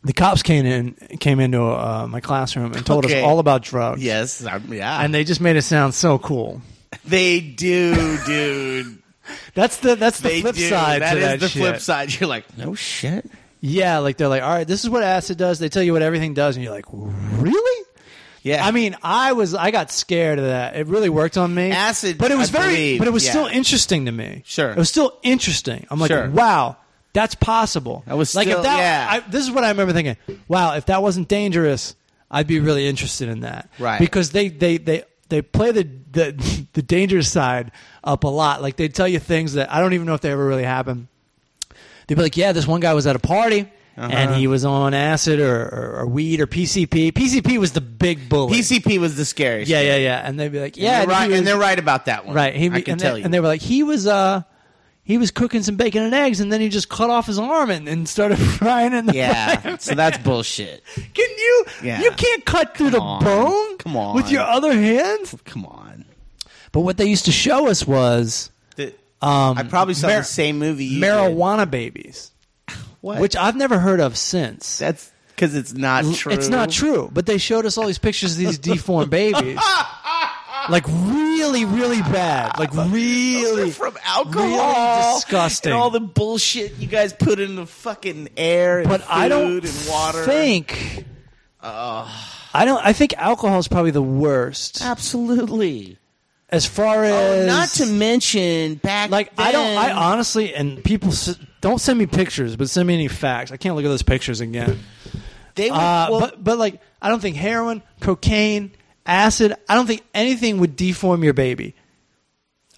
B: the cops came in came into uh, my classroom and told
C: Okay.
B: us all about drugs.
C: Yes, I'm, yeah,
B: and they just made it sound so cool.
C: they do, dude.
B: That's the that's the
C: They
B: flip
C: do.
B: side.
C: That
B: to
C: is
B: that
C: the
B: shit.
C: flip side. You're like, no shit.
B: Yeah, like they're like, all right, this is what acid does. They tell you what everything does, and you're like, really?
C: Yeah,
B: I mean, I was I got scared of that. It really worked on me.
C: Acid,
B: but it was
C: I
B: very,
C: believe,
B: but it was
C: yeah.
B: still interesting to me.
C: Sure.
B: it was still interesting. I'm like,
C: Sure.
B: wow, that's possible.
C: That was
B: like
C: still-
B: if that.
C: yeah.
B: I, this is what I remember thinking. Wow, if that wasn't dangerous, I'd be really interested in that.
C: Right.
B: because they they they. They play the, the the dangerous side up a lot. Like they tell you things that I don't even know if they ever really happen they'd be like, "Yeah, this one guy was at a party
C: Uh-huh.
B: and he was on acid or, or, or weed or PCP. PCP was the big bully.
C: PCP was the scariest.
B: yeah,
C: thing.
B: yeah, yeah." And they'd be like,
C: And
B: "Yeah,
C: you're right,
B: he was-
C: and they're right about that one.
B: right." He,
C: I can
B: and
C: tell
B: they,
C: you.
B: And they were like, "He was uh, he was cooking some bacon and eggs, and then he just cut off his arm and, and started frying in the
C: yeah,
B: frying
C: so that's bullshit.
B: pan." Can you?
C: Yeah.
B: You can't cut through the
C: on.
B: bone.
C: Come on.
B: with your other hands.
C: Come on.
B: But what they used to show us was
C: The-
B: um,
C: I probably saw
B: mar-
C: the same movie. You
B: marijuana babies,
C: did. What?
B: which I've never heard of since.
C: that's because it's not
B: L-
C: true.
B: It's not true. But they showed us all these pictures of these deformed babies. Like really, really bad. Like
C: Those are
B: really
C: from alcohol.
B: really disgusting.
C: And all the bullshit you guys put in the fucking air. And
B: but
C: food
B: I don't
C: and water.
B: think. I don't. I think alcohol is probably the worst.
C: Uh, absolutely.
B: As far as
C: Oh, not to mention back.
B: like, I don't. I uh,
C: then-
B: honestly and people s- don't send me pictures, but send me any facts. I can't look at those pictures again.
C: They would,
B: Uh,
C: well,
B: but but like I don't think heroin, cocaine, acid. I don't think anything would deform your baby.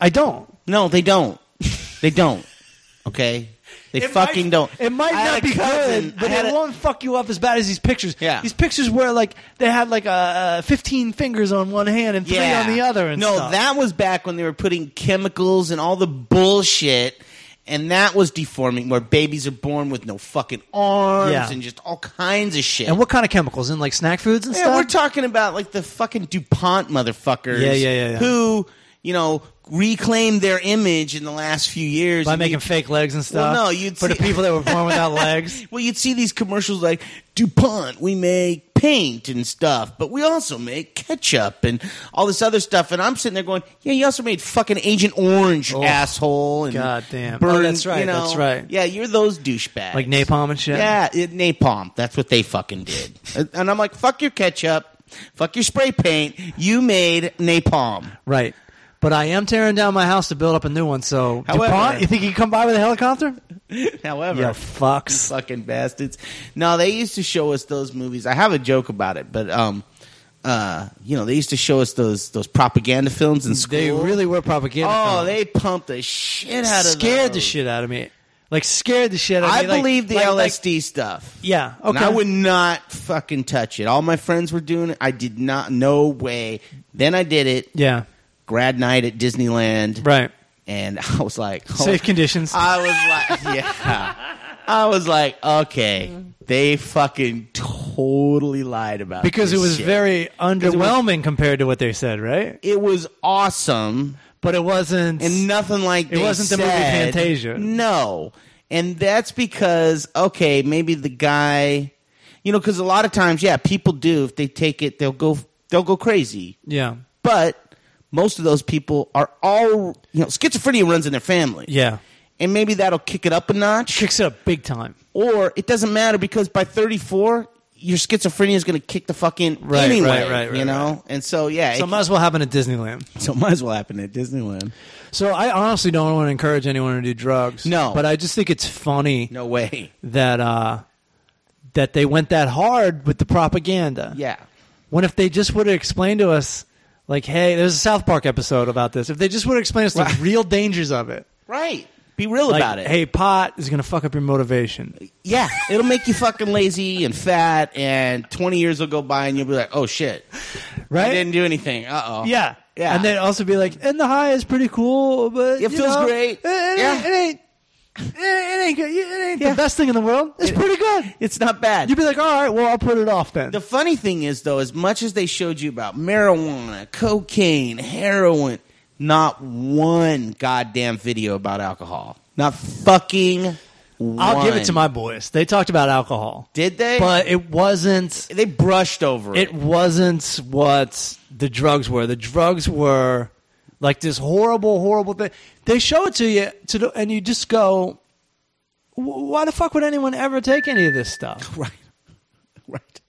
B: I don't.
C: no, they don't. They don't. Okay. They
B: It
C: fucking
B: might-
C: don't.
B: It might
C: I had
B: not
C: a
B: be
C: cousin-
B: good, but
C: I had
B: it
C: a-
B: won't fuck you up as bad as these pictures.
C: Yeah.
B: these pictures were like they had like uh, uh, fifteen fingers on one hand and three on the other. And
C: no,
B: stuff.
C: that was back when they were putting chemicals and all the bullshit, and that was deforming. Where babies are born with no fucking arms
B: Yeah.
C: and just all kinds of shit.
B: And what kind of chemicals in like snack foods and
C: Yeah,
B: stuff?
C: we're talking about like the fucking Dupont motherfuckers.
B: Yeah, yeah, yeah, yeah.
C: Who you know reclaimed their image in the last few years
B: by
C: And
B: making
C: you'd-
B: fake legs and stuff.
C: Well, no, you'd
B: for the
C: see-
B: people that were born without legs.
C: Well, you'd see these commercials like DuPont, we make paint and stuff, but we also make ketchup and all this other stuff. And I'm sitting there going, yeah, you also made fucking Agent Orange, asshole. And
B: goddamn. Oh,
C: Burn,
B: that's right,
C: you know,
B: that's right.
C: Yeah, you're those douchebags.
B: Like napalm and shit?
C: Yeah, it, napalm. That's what they fucking did. And- and I'm like, fuck your ketchup. Fuck your spray paint. You made napalm.
B: Right. But I am tearing down my house to build up a new one. So
C: However-
B: DuPont, you think you can come by with a helicopter?
C: However,
B: You fucks.
C: fucking bastards. No, they used to show us those movies. I have a joke about it, but um, uh, you know, they used to show us those those propaganda films in school.
B: They really were propaganda.
C: oh,
B: films.
C: they pumped the shit out of
B: scared the
C: those.
B: shit out of me. Like scared the shit out of
C: I
B: me. Like-
C: believe the
B: like- like-
C: LSD stuff.
B: yeah. Okay.
C: And I would not fucking touch it. All my friends were doing it. I did not. No way. Then I did it.
B: Yeah.
C: Grad night at Disneyland.
B: Right.
C: And I was like, oh.
B: Safe conditions.
C: I was like, yeah. I was like, okay, they fucking totally lied about
B: because it
C: this
B: was
C: shit.
B: very underwhelming compared to what they said, right?
C: It was awesome.
B: But it wasn't.
C: and nothing like
B: It
C: they
B: wasn't the movie
C: said.
B: Fantasia.
C: No, and that's because okay, maybe the guy, you know, because a lot of times, yeah, people do if they take it, they'll go, they'll go crazy.
B: yeah.
C: But most of those people are all, you know, schizophrenia runs in their family.
B: Yeah.
C: and maybe that'll kick it up a notch,
B: Kicks it up big time.
C: or it doesn't matter because by thirty four. Your schizophrenia is going to kick the fucking
B: Right,
C: anyway,
B: right, right, right,
C: you know, and so yeah,
B: So
C: it-
B: it might as well happen at Disneyland.
C: so might as well happen at Disneyland.
B: So I honestly don't want to encourage anyone to do drugs.
C: No.
B: But I just think it's funny
C: No way,
B: that uh, that they went that hard with the propaganda.
C: yeah.
B: When if they just would have explained to us, like, hey, there's a South Park episode about this. If they just would have explained to us
C: Right.
B: the real dangers of it.
C: Right. Be real
B: Like,
C: about it.
B: Hey, pot is going to fuck up your motivation.
C: yeah, it'll make you fucking lazy and fat, and 20 years will go by, and you'll be like, oh shit,
B: Right?
C: I didn't do anything. Uh oh.
B: Yeah.
C: Yeah.
B: And they'd also be like, and the high is pretty cool, but.
C: It
B: you
C: feels
B: know,
C: great.
B: It, it
C: Yeah.
B: ain't. It ain't it ain't- it ain't good. It ain't the best thing in the world. It's pretty good.
C: It's not bad.
B: You'd be like, all right, well, I'll put it off then.
C: the funny thing is, though, as much as they showed you about marijuana, cocaine, heroin, not one goddamn video about alcohol. Not fucking
B: I'll give it
C: one.
B: to my boys. They talked about alcohol,
C: Did they?
B: but it wasn't.
C: they brushed over it.
B: It wasn't what the drugs were. The drugs were like this horrible, horrible thing. They show it to you, to the, and you just go, "Wh- "Why the fuck would anyone ever take any of this stuff?"
C: Right. Right.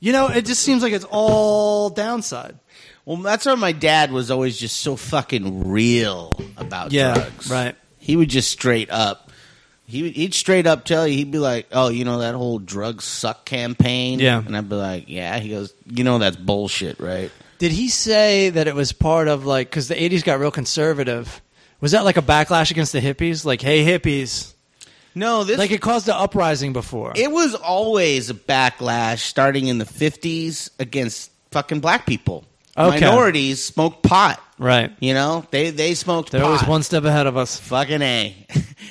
B: You know, it just seems like it's all downside.
C: Well, that's why my dad was always just so fucking real about
B: Yeah,
C: drugs.
B: right.
C: He would just straight up. He would, he'd straight up tell you. He'd be like, "Oh, you know that whole drug suck campaign."
B: Yeah.
C: and I'd be like, "Yeah." He goes, "You know that's bullshit, right?"
B: Did he say that it was part of like because the '80s got real conservative? Was that like a backlash against the hippies? Like, hey, hippies!
C: No, this
B: Like it caused an uprising before.
C: it was always a backlash starting in the fifties against fucking black people.
B: Okay.
C: Minorities smoked pot.
B: right.
C: You know they they smoked.
B: They're
C: pot.
B: always one step ahead of us.
C: Fucking A.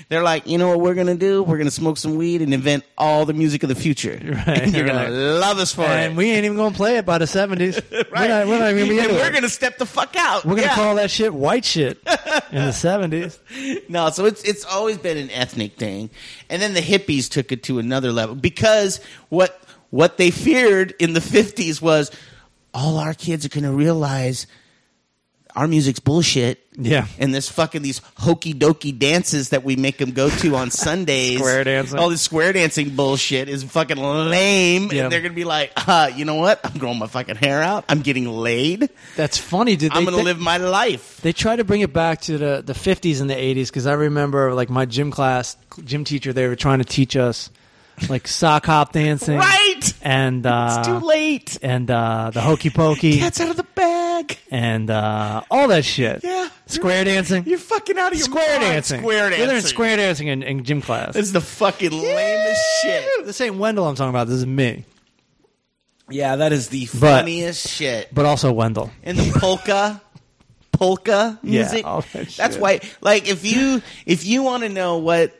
C: They're like, you know what we're going to do? We're going to smoke some weed and invent all the music of the future.
B: Right,
C: And you're
B: right.
C: going to love us for
B: And
C: it.
B: we ain't even going to play it by the 70s. We're
C: Right.
B: not, we're not even going to be
C: And
B: into
C: we're
B: it.
C: gonna step the fuck out.
B: We're going to
C: Yeah.
B: call that shit white shit in the 70s.
C: No, so it's it's always been an ethnic thing. And then the hippies took it to another level because what what they feared in the 50s was all our kids are going to realize our music's bullshit.
B: Yeah.
C: and this fucking these hokey dokey dances that we make them go to on Sundays.
B: Square dancing.
C: All this square dancing bullshit is fucking lame.
B: Yeah.
C: And they're gonna be like, uh, you know what? I'm growing my fucking hair out. I'm getting laid.
B: That's funny, dude. They,
C: I'm gonna
B: they,
C: live my life.
B: They try to bring it back to the, the 50s and the 80s because I remember, like, my gym class, gym teacher, they were trying to teach us, like, sock hop dancing.
C: Right.
B: And, uh,
C: it's too late.
B: And uh, the hokey pokey.
C: Cat's out of the bag.
B: and uh, all that shit.
C: Yeah.
B: Square dancing.
C: You're fucking out of your
B: square
C: mind.
B: dancing.
C: Square
B: They're in
C: dancing.
B: square dancing in, in gym class.
C: This is the fucking lamest shit.
B: This ain't Wendell I'm talking about. This is me,
C: Yeah, that is the
B: But-
C: funniest shit.
B: but also Wendell.
C: and the polka polka music.
B: all that
C: That's
B: shit.
C: why like if you if you want to know what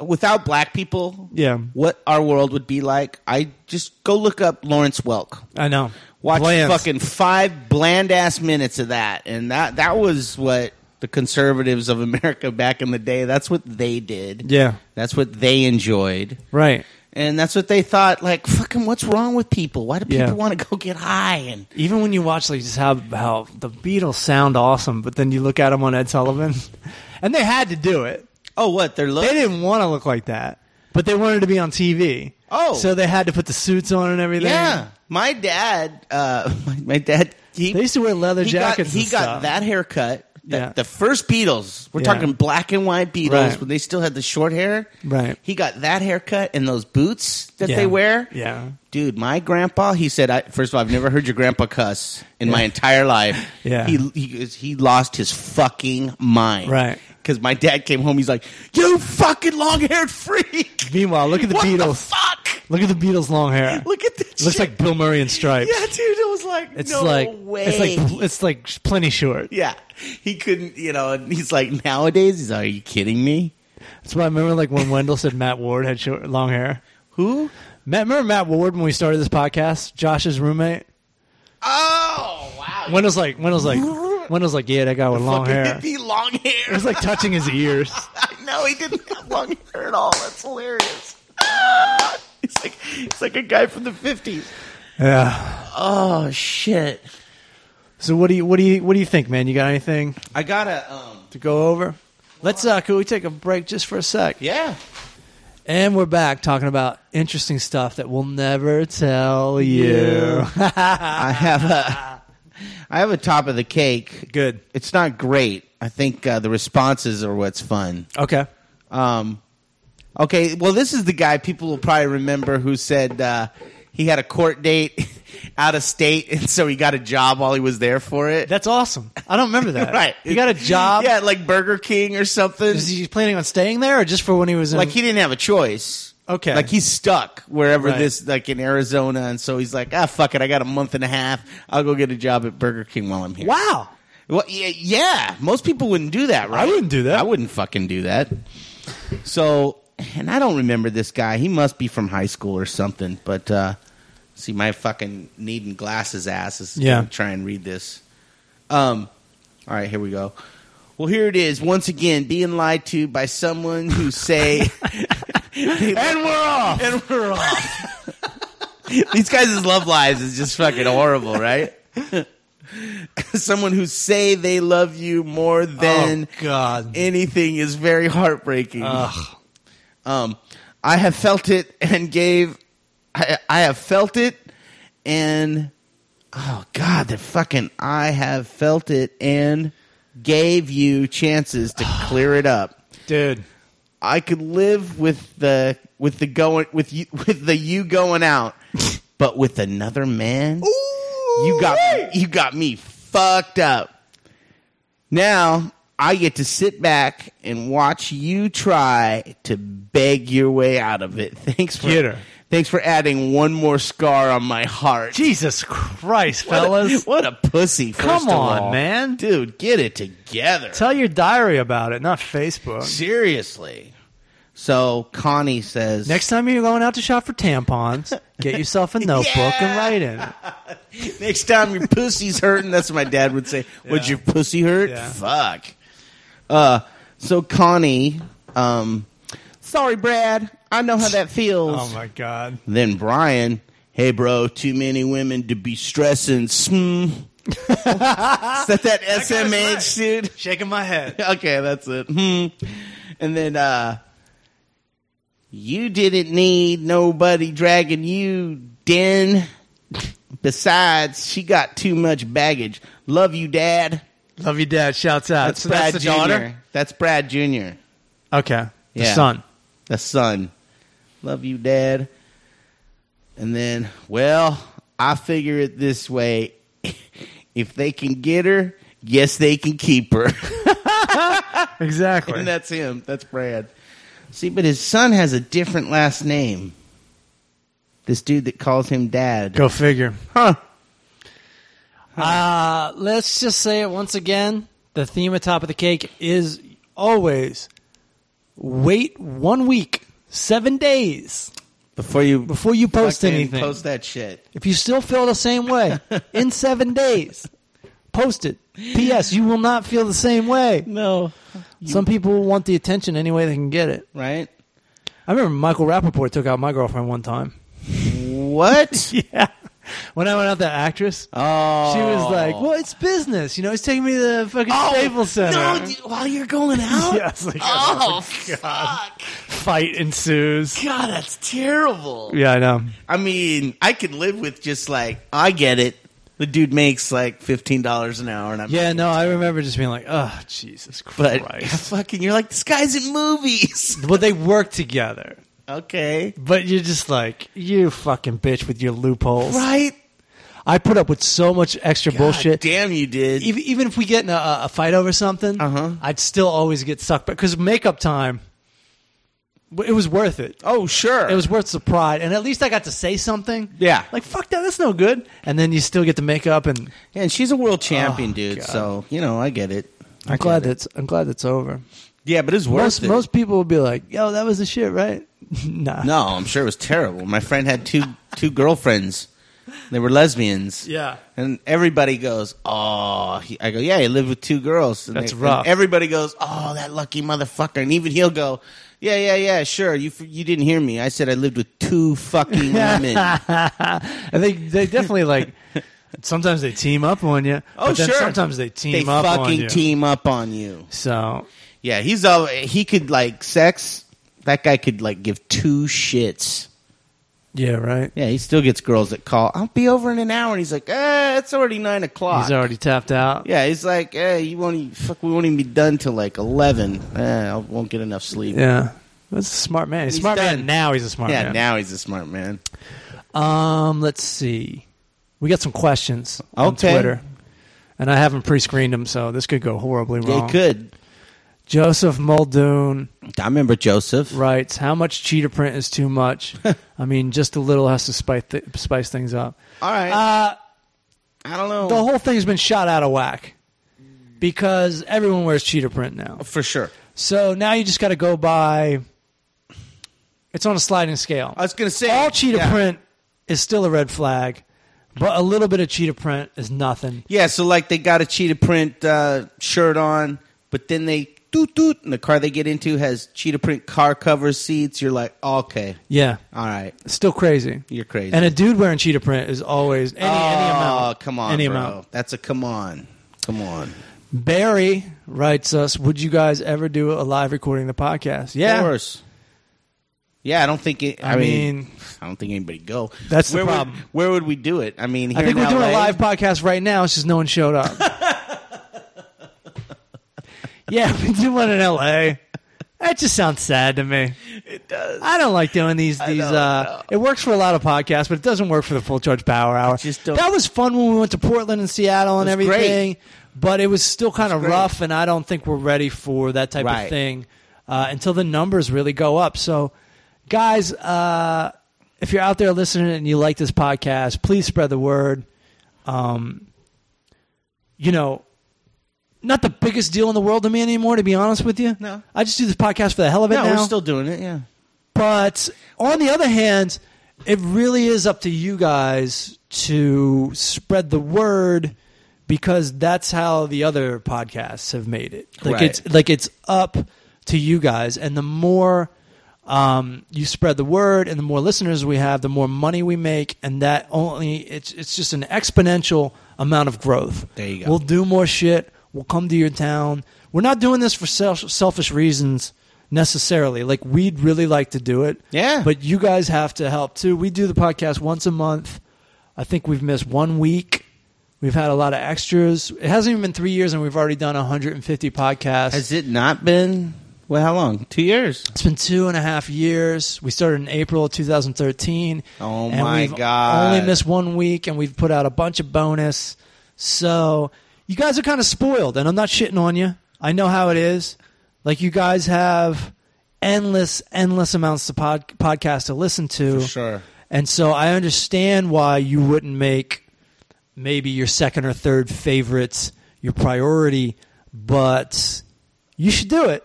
C: without black people,
B: Yeah.
C: what our world would be like, I just go look up Lawrence Welk.
B: I know.
C: Watch
B: Bland.
C: fucking 5 bland ass minutes of that and that that was what the conservatives of America back in the day, that's what they did.
B: Yeah.
C: That's what they enjoyed.
B: Right.
C: And that's what they thought like fucking what's wrong with people? Why do people
B: Yeah.
C: want to go get high and
B: Even when you watch like just how how the Beatles sound awesome, but then you look at them on Ed Sullivan, and they had to do it.
C: oh what? They're
B: They
C: looking
B: didn't want to look like that, but they wanted to be on TV.
C: Oh.
B: so they had to put the suits on and everything.
C: Yeah, my dad. Uh, my, my dad. He,
B: They used to wear leather
C: he got,
B: jackets
C: He
B: and
C: got
B: stuff.
C: that haircut. The,
B: Yeah.
C: the first Beatles. We're
B: Yeah.
C: talking black and white Beatles
B: Right.
C: when they still had the short hair.
B: Right.
C: He got that haircut and those boots that
B: Yeah.
C: they wear.
B: Yeah.
C: Dude, my grandpa. He said, I, first of all, I've never heard your grandpa cuss in my entire life.
B: Yeah.
C: He he he lost his fucking mind.
B: Right.
C: because my dad came home. He's like, "You fucking long haired freak!
B: Meanwhile, look at the
C: what the
B: Beatles.
C: fuck?
B: look at the Beatles' long hair.
C: Look at this.
B: Looks
C: shit.
B: like Bill Murray in stripes.
C: yeah, dude. It was like
B: it's
C: no
B: like
C: way.
B: it's like it's like plenty short.
C: yeah, he couldn't. You know, and he's like nowadays. He's like, "Are you kidding me?
B: That's why I remember like when Wendell said Matt Ward had short long hair.
C: Who?
B: Matt, remember Matt Ward when we started this podcast? Josh's roommate.
C: Oh wow,
B: Wendell's like Wendell's like Wendell's like yeah, that guy with long
C: fucking
B: hair.
C: hippie long hair.
B: It was like touching his ears.
C: no, he didn't have long hair at all. That's hilarious. It's like it's like a guy from the fifties.
B: Yeah.
C: Oh shit!
B: So what do you what do you what do you think, man? You got anything
C: I gotta. um
B: to go over? Let's uh could we take a break just for a sec?
C: Yeah.
B: And we're back talking about interesting stuff that we'll never tell you.
C: I have a I have a top of the cake.
B: Good.
C: It's not great. I think uh, the responses are what's fun.
B: Okay.
C: Um, okay, well, this is the guy people will probably remember who said uh, he had a court date out of state, and so he got a job while he was there for it.
B: That's awesome. I don't remember that.
C: right.
B: He got a job.
C: Yeah, like Burger King or something.
B: Is he planning on staying there or just for when he was in
C: like he didn't have a choice.
B: Okay.
C: Like he's stuck wherever
B: Right.
C: this, like in Arizona, and so he's like, ah, fuck it, I got a month and a half. I'll go get a job at Burger King while I'm here.
B: Wow.
C: Well, yeah, yeah, most people wouldn't do that, right?
B: wouldn't do that.
C: I wouldn't fucking do that. So, and I don't remember this guy. He must be from high school or something. But uh, see, my fucking needing glasses ass is
B: Yeah.
C: gonna try and read this. Um, all right, here we go. Well, here it is once again, being lied to by someone who say, and we're off, and we're off. These guys' love lives is just fucking horrible, right? someone who say they love you more than
B: oh, God.
C: anything is very heartbreaking. Um, I have felt it and gave. I, I have felt it and oh god, they're fucking. I have felt it and gave you chances to clear it up.
B: Dude.
C: I could live with the with the going with you with the you going out, but with another man, you got you got me fucked up. Now I get to sit back and watch you try to beg your way out of it. Thanks for
B: Get her.
C: thanks for adding one more scar on my heart.
B: Jesus Christ, fellas.
C: what a pussy! first
B: Come
C: of
B: on,
C: all.
B: man.
C: dude, get it together.
B: Tell your diary about it, not Facebook.
C: Seriously. So Connie says
B: Next time you're going out to shop for tampons, get yourself a notebook and write in it.
C: Next time your pussy's hurting, that's what my dad would say. Would your pussy hurt?
B: Yeah.
C: Fuck. Uh, so Connie, um, sorry, Brad. I know how that feels.
B: Oh, my God.
C: Then Brian, hey, bro, too many women to be stressing. Mm. Is that that SMH, dude?
B: Shaking my head.
C: Okay, that's it. Hmm. And then, uh, you didn't need nobody dragging you, Den. Besides, she got too much baggage. Love you, Dad.
B: Love you, Dad. Shouts out.
C: That's
B: So
C: Brad
B: that's the
C: Jr.
B: daughter?
C: That's Brad Jr.
B: Okay. The
C: Yeah.
B: son.
C: the son. Love you, Dad. And then, well, I figure it this way: if they can get her, yes, they can keep her.
B: Exactly.
C: and that's him. That's Brad. See, but his son has a different last name. This dude that calls him Dad.
B: Go figure.
C: Huh.
B: Uh, let's just say it once again. The theme of Top of the Cake is always wait one week, seven days
C: Before you
B: before you post
C: fucking
B: anything.
C: post that shit.
B: If you still feel the same way in seven days, post it. P.S. You will not feel the same way.
C: No.
B: Some people want the attention any way they can get it.
C: Right?
B: I remember Michael Rappaport took out my girlfriend one time.
C: What?
B: Yeah. When I went out, that actress,
C: Oh.
B: she was like, well, it's business. You know, he's taking me to the fucking Staples Center.
C: No, you- while you're going out.
B: Yeah, it's like,
C: Oh, fuck.
B: fight ensues.
C: God, that's terrible.
B: Yeah, I know.
C: I mean, I could live with just like, I get it. The dude makes like $15 an hour and I'm
B: Yeah, no, I remember just being like, oh, Jesus
C: but
B: Christ.
C: fucking, you're like, this guy's in movies.
B: well, they work together,
C: okay.
B: but you're just like, you fucking bitch with your loopholes.
C: Right?
B: I put up with so much extra bullshit.
C: Damn, you did.
B: Even, even if we get in a, a fight over something,
C: Uh-huh.
B: I'd still always get sucked because makeup time. w- It was worth it.
C: oh, sure.
B: It was worth the pride, and at least I got to say something.
C: Yeah.
B: like fuck that, that's no good. And then you still get to make up, and
C: Yeah, and she's a world champion,
B: Oh,
C: dude.
B: God.
C: So you know, I get it.
B: I'm glad that's I'm glad that's over.
C: Yeah, but it's worth
B: Most
C: it.
B: most people will be like, "Yo, that was the shit, right?" nah.
C: no, I'm sure it was terrible. My friend had two two girlfriends. They were lesbians.
B: Yeah.
C: And everybody goes, oh, he, I go, yeah, he lived with two girls. And
B: That's
C: they-
B: rough.
C: and everybody goes, oh, that lucky motherfucker. And even he'll go, yeah, yeah, yeah, sure. You f- you didn't hear me. I said I lived with two fucking women.
B: And they they definitely like. Sometimes they team up on you.
C: Oh,
B: but then
C: sure.
B: Sometimes they team
C: they
B: up on
C: fucking
B: you.
C: team up on you.
B: So
C: Yeah, he's all he could like sex. That guy could like give two shits.
B: yeah, right.
C: Yeah, he still gets girls that call. I'll be over in an hour, and he's like, "Eh, it's already nine o'clock."
B: He's already tapped out.
C: yeah, he's like, "Eh, you won't even, fuck. We won't even be done till like eleven. Eh, I won't get enough sleep."
B: Yeah. That's a smart man. He's a
C: He's
B: smart man
C: done.
B: now. He's a smart
C: Yeah,
B: man.
C: now he's a smart man.
B: Um, let's see. We got some questions on
C: Okay.
B: Twitter, and I haven't pre-screened them, so this could go horribly
C: They
B: wrong.
C: could.
B: Joseph Muldoon
C: I remember Joseph.
B: writes, "How much cheetah print is too much? I mean, just a little has to spice, th- spice things up.
C: All right.
B: Uh,
C: I don't know
B: the whole thing's been shot out of whack because everyone wears cheetah print now.
C: for sure.
B: So now you just got to go by. It's on a sliding scale.
C: I was gonna say
B: all cheetah
C: yeah.
B: print is still a red flag, but a little bit of cheetah print is nothing.
C: Yeah, so like they got a cheetah print uh, shirt on, but then they doot doot, and the car they get into has cheetah print car cover seats. You're like, okay,
B: Yeah,
C: all right,
B: it's still crazy.
C: you're crazy.
B: And a dude wearing cheetah print is always any, any
C: oh,
B: amount.
C: come on,
B: any
C: bro.
B: amount.
C: That's a come on, come on.
B: Barry writes us, "Would you guys ever do a live recording of the podcast?" Yeah,
C: Of course. Yeah, I don't think. It, I,
B: I
C: mean,
B: mean-
C: I don't think anybody go.
B: That's the
C: where would-
B: problem.
C: where would we do it? I mean,
B: I
C: here
B: think
C: in
B: we're doing a
C: LA?
B: live podcast right now. It's just no one showed up. yeah, we do one in L.A. That just sounds sad to me.
C: It does.
B: I don't like doing these. These
C: don't
B: uh, it works for a lot of podcasts, but it doesn't work for the full charge power hour.
C: just don't-
B: That was fun when we went to Portland and Seattle and
C: It was great.
B: everything, but it was still kind of
C: great.
B: rough, and I don't think we're ready for that type
C: Right.
B: of thing uh, until the numbers really go up. So, guys, uh, if you're out there listening and you like this podcast, please spread the word. Um, you know, not the biggest deal in the world to me anymore, to be honest with you.
C: No.
B: I just do this podcast for the hell of it
C: No,
B: now.
C: we're still doing it. Yeah.
B: But on the other hand, it really is up to you guys to spread the word because that's how the other podcasts have made it. Like
C: Right.
B: it's like it's up to you guys, and the more um, you spread the word, and the more listeners we have, the more money we make, and that only it's it's just an exponential amount of growth.
C: There you go.
B: We'll do more shit. We'll come to your town. We're not doing this for self- selfish reasons necessarily. Like we'd really like to do it.
C: Yeah.
B: But you guys have to help too. We do the podcast once a month. I think we've missed one week. We've had a lot of extras. It hasn't even been three years, and we've already done 150 podcasts.
C: Has it not been? Well, how long? Two years.
B: It's been two and a half years. We started in April of 2013.
C: Oh
B: and
C: my
B: we've
C: God.
B: Only missed one week, and we've put out a bunch of bonus. So you guys are kind of spoiled, and I'm not shitting on you. I know how it is. Like you guys have endless, endless amounts of pod- podcasts to listen to.
C: For sure.
B: And so I understand why you wouldn't make maybe your second or third favorites your priority, but you should do it.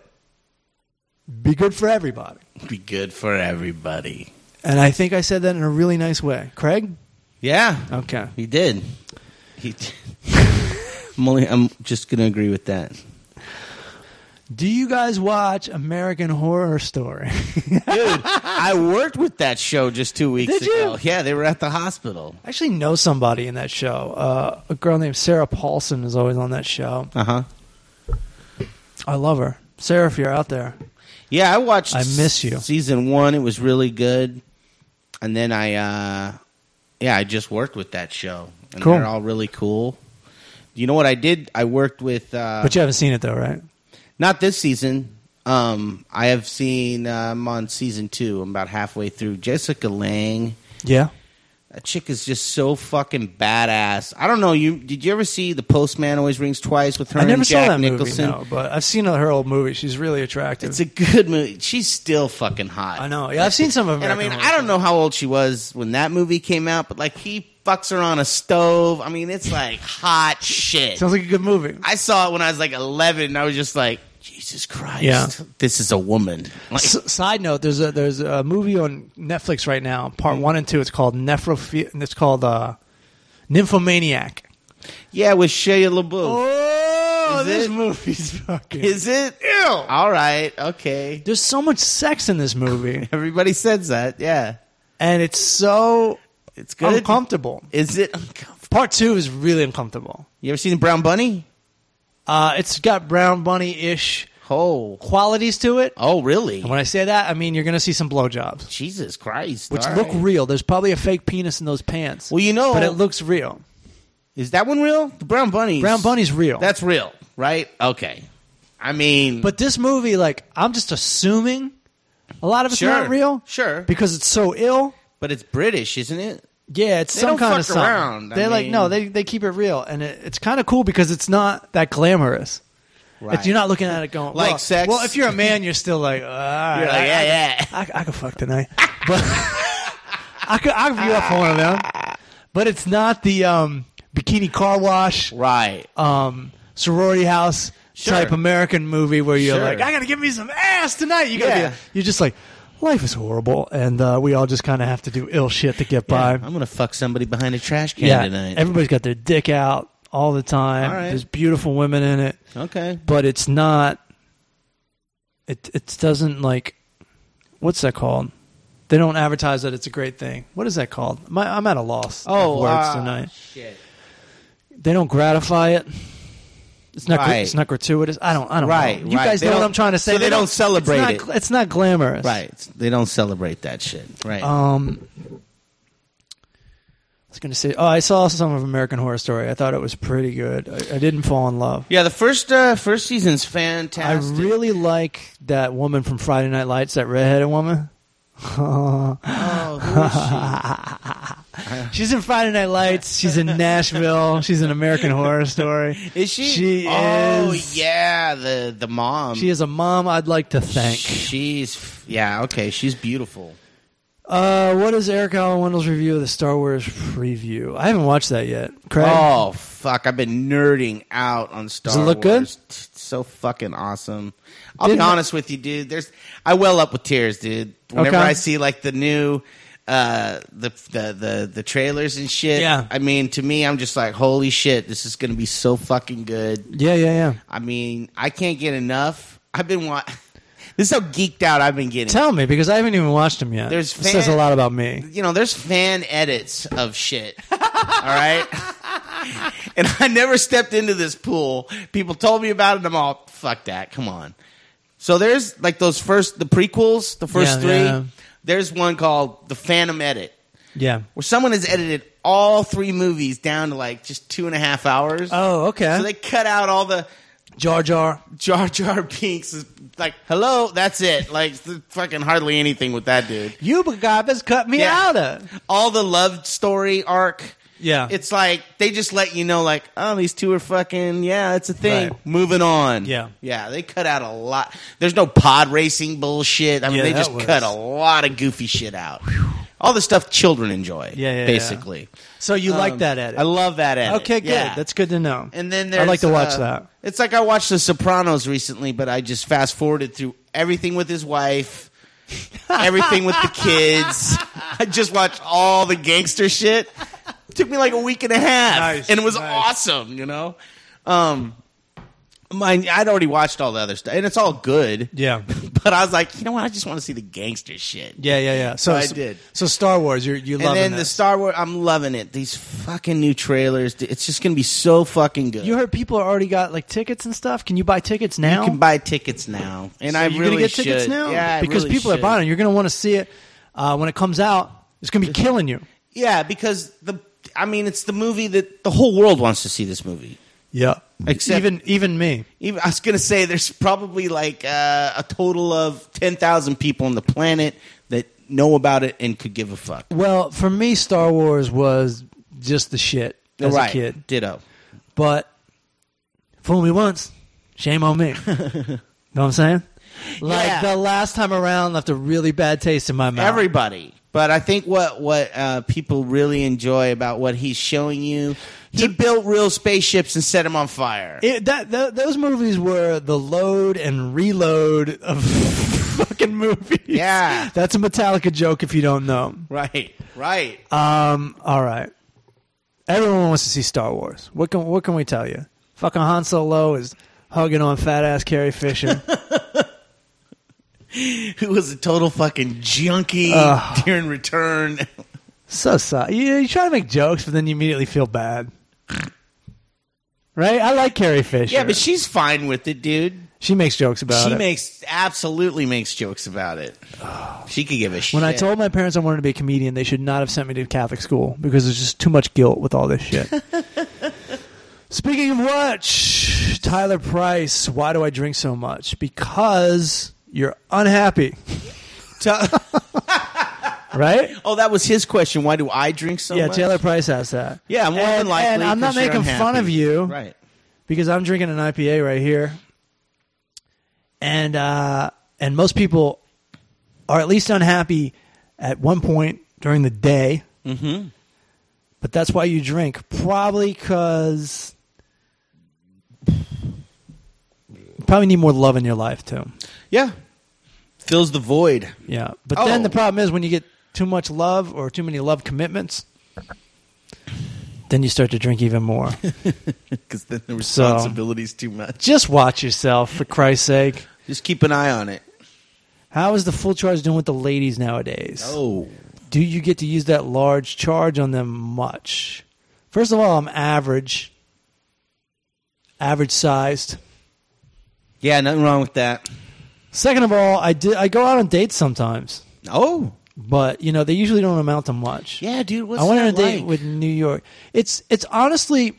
B: Be good for everybody.
C: Be good for everybody.
B: And I think I said that in a really nice way. Craig?
C: Yeah.
B: Okay.
C: He did. He. Did. I'm only. I'm just gonna agree with that.
B: Do you guys watch American Horror Story?
C: I worked with that show just two weeks
B: Ah. Did you?
C: ago. Yeah, they were at the hospital.
B: I actually know somebody in that show. Uh, a girl named Sarah Paulson is always on that show.
C: Uh huh.
B: I love her. Sarah, if you're out there,
C: Yeah, I watched.
B: I miss you.
C: Season one, it was really good, and then I, uh yeah, I just worked with that show, and
B: Cool.
C: they're all really cool. You know what I did? I worked with. Uh,
B: but you haven't seen it though, right?
C: Not this season. Um, I have um, seen. Uh, I'm on season two. I'm about halfway through. Jessica Lang.
B: Yeah.
C: That chick is just so fucking badass. I don't know. You did you ever see the Postman always rings twice with her
B: I never
C: and
B: saw
C: Jack
B: that
C: Nicholson?
B: movie, no, but I've seen her old movie. She's really attractive.
C: It's a good movie. She's still fucking hot.
B: I know. Yeah, I've seen some of
C: And I
B: American
C: mean,
B: Horror
C: I don't know how old she was when that movie came out, but like he fucks her on a stove. I mean, it's like hot shit.
B: Sounds like a good movie.
C: I saw it when I was like 11, and I was just like, Jesus Christ,
B: Yeah.
C: this is a woman. Like,
B: S- side note: There's a there's a movie on Netflix right now,
C: Hmm.
B: part one and two. It's called Nephrophi- and It's called uh, Nymphomaniac.
C: yeah, with Shia LaBeouf.
B: Oh,
C: Is
B: this
C: it?
B: movie's fucking.
C: Is it? Ew. All right. Okay.
B: there's so much sex in this movie,
C: Everybody says that. Yeah.
B: and it's so
C: It's good.
B: uncomfortable.
C: Is it uncomfortable?
B: Part two is really uncomfortable.
C: You ever seen the Brown Bunny?
B: Uh, it's got brown bunny ish
C: Oh.
B: qualities to it.
C: Oh, really?
B: And when I say that, I mean you're gonna see some blowjobs,
C: Jesus Christ.
B: which
C: all
B: look
C: right.
B: real. There's probably a fake penis in those pants,
C: Well, you know,
B: but it looks real.
C: is that one real? The Brown Bunny.
B: Brown bunny's real.
C: That's real, right? Okay. I mean,
B: But this movie, like, I'm just assuming a lot of it's
C: Sure.
B: not real.
C: Sure.
B: Because it's so ill.
C: but it's British, isn't it?
B: Yeah, it's
C: They
B: some
C: don't
B: kind
C: fuck
B: of something.
C: around, I
B: They're like,
C: mean-
B: no, they they keep it real, and it, it's kind of cool because it's not that glamorous.
C: Right.
B: If you're not looking at it going
C: Like
B: well,
C: sex?
B: Well, if you're a man, you're still like, ah,
C: You're like,
B: I-
C: yeah, yeah.
B: I, I, I could fuck tonight, but I could I could view up one of them. But it's not the um, bikini car wash,
C: Right.
B: um, sorority house
C: Sure.
B: type American movie where you're
C: Sure.
B: like, I gotta give me some ass tonight. You gotta,
C: Yeah.
B: be, you're just like, life is horrible, and uh, we all just kind of have to do ill shit to get by.
C: I'm gonna fuck somebody behind a trash can
B: yeah,
C: tonight.
B: everybody's got their dick out all the time.
C: All right.
B: There's beautiful women in it,
C: okay.
B: but it's not. It it doesn't like, what's that called? They don't advertise that it's a great thing. What is that called? My, I'm at a loss. of words
C: uh,
B: tonight.
C: Shit.
B: They don't gratify it. It's not. gr-
C: Right.
B: It's not gratuitous. I don't. I don't.
C: Right,
B: Know. You
C: right.
B: guys
C: They
B: know what
C: don't-
B: I'm trying to say.
C: so they don't
B: it's
C: celebrate
B: not
C: it.
B: gl- It's not glamorous.
C: Right. They don't celebrate that shit. Right.
B: Um. I was gonna say. Oh, I saw some of American Horror Story. I thought it was pretty good. I, I didn't fall in love.
C: yeah. The first uh, first season's
B: I
C: fantastic.
B: really like that woman from Friday Night Lights. That redheaded woman.
C: Oh, who is she?
B: She's in Friday Night Lights. She's in Nashville. She's in American Horror Story.
C: Is she?
B: She
C: oh,
B: is.
C: yeah, the the mom.
B: She is a mom. I'd like to thank.
C: She's f- yeah, okay, she's beautiful.
B: Uh, what is Eric Allen Wendell's review of the Star Wars preview? I haven't watched that yet. Craig,
C: Oh fuck, I've been nerding out on Star
B: Does it look
C: Wars. T- It's so fucking awesome. I'll
B: Didn't-
C: be honest with you, dude. There's I well up with tears, dude. Whenever
B: Okay.
C: I see like the new uh the, the the the trailers and shit.
B: Yeah.
C: I mean, to me, I'm just like, holy shit, this is gonna be so fucking good.
B: yeah, yeah, yeah.
C: I mean, I can't get enough. I've been wa- This is how geeked out I've been getting.
B: Tell me because I haven't even watched him yet.
C: There's
B: This says a
C: fan-
B: lot about me.
C: you know, there's fan edits of shit. all right. And I never stepped into this pool. People told me about it. And I'm all, fuck that. Come on. So there's like those first, the prequels, the first
B: Yeah,
C: three.
B: yeah.
C: There's one called The Phantom Edit,
B: Yeah.
C: where someone has edited all three movies down to like just two and a half hours.
B: Oh, okay.
C: So they cut out all the
B: Jar Jar.
C: Jar Jar Binks. is Like, hello, that's it. Like, th- fucking hardly anything with that dude.
B: You guys cut me
C: Yeah.
B: out of.
C: All the love story arc.
B: Yeah.
C: It's like they just let you know, like, oh, these two are fucking, yeah, it's a thing.
B: Right.
C: Moving on.
B: Yeah.
C: Yeah, they cut out a lot. There's no pod racing bullshit. I mean,
B: Yeah,
C: they
B: that
C: just
B: was-
C: cut a lot of goofy shit out. All the stuff children enjoy.
B: Yeah, yeah, yeah.
C: Basically.
B: so you like
C: Um,
B: that edit.
C: I love that edit.
B: okay, good.
C: Yeah.
B: That's good to know.
C: And then there's.
B: I like to watch
C: uh,
B: that.
C: It's like I watched The Sopranos recently, but I just fast forwarded through everything with his wife, everything with the kids. I just watched all the gangster shit. took me like a week and a half,
B: Nice,
C: and it was
B: nice.
C: awesome. You know, um, mine. I'd already watched all the other stuff, and it's all good.
B: Yeah.
C: But I was like, you know what? I just want to see the gangster shit.
B: Yeah, yeah, yeah. So,
C: So I
B: so-
C: did.
B: So Star Wars, you're you
C: And
B: loving
C: then the
B: this.
C: Star Wars, I'm loving it. These fucking new trailers, dude, it's just gonna be so fucking good.
B: you heard people already got like tickets and stuff. Can you buy tickets now?
C: You can buy tickets now, and I
B: Oh. you're
C: really
B: gonna get tickets
C: should.
B: now
C: Yeah, I
B: because
C: really
B: people
C: should.
B: are buying. it. You're gonna want to see it uh, when it comes out. It's gonna be killing you.
C: Yeah, because the I mean, it's the movie that the whole world wants to see. This movie.
B: Yeah.
C: Except-
B: even even me.
C: Even, I was gonna say there's probably like uh, a total of ten thousand people on the planet that know about it and could give a fuck.
B: Well, for me, Star Wars was just the shit as
C: right.
B: a kid.
C: Ditto.
B: But fool me once, shame on me. know what I'm saying? Like
C: Yeah.
B: the last time around left a really bad taste in my mouth.
C: Everybody. But I think what what uh, people really enjoy about what he's showing you, he built real spaceships and set them on fire.
B: It- that, tho- those movies were the load and reload of fucking movies.
C: Yeah.
B: That's a Metallica joke if you don't know.
C: right. Right.
B: Um, all right. Everyone wants to see Star Wars. What can what can we tell you? Fucking Han Solo is hugging on fat ass Carrie Fisher.
C: Who was a total fucking junkie during return?
B: so sad. You, you try to make jokes, but then you immediately feel bad. Right? I like Carrie Fisher.
C: Yeah, but she's fine with it, dude.
B: she makes jokes about
C: she
B: it.
C: makes absolutely makes jokes about it. She could give a shit.
B: when I told my parents I wanted to be a comedian, they should not have sent me to Catholic school because there's just too much guilt with all this shit. Speaking of which, Tyler Price, why do I drink so much? Because you're unhappy,
C: Ta-
B: right?
C: oh, that was his question. Why do I drink so
B: yeah,
C: much?
B: Taylor Price asked that.
C: Yeah, more
B: and,
C: than likely.
B: and I'm not
C: 'cause you're
B: making
C: unhappy.
B: fun of you
C: Right.
B: because I'm drinking an IPA right here, and uh, and most people are at least unhappy at one point during the day. Mm-hmm. But that's why you drink, probably because you probably need more love in your life too.
C: Yeah. Fills the void.
B: Yeah, but
C: Oh.
B: then the problem is when you get too much love or too many love commitments. Then you start to drink even more.
C: because then the
B: So-
C: responsibility's too much.
B: Just watch yourself, for Christ's sake.
C: Just keep an eye on it.
B: How is the full charge doing with the ladies nowadays?
C: Oh,
B: Do you get to use that large charge on them much? First of all, I'm average, average sized.
C: yeah, nothing wrong with that.
B: Second of all, I did I go out on dates sometimes,
C: Oh,
B: but you know they usually don't amount to much.
C: yeah, dude. What's
B: I went on a
C: that
B: date
C: like?
B: with New York. It's it's honestly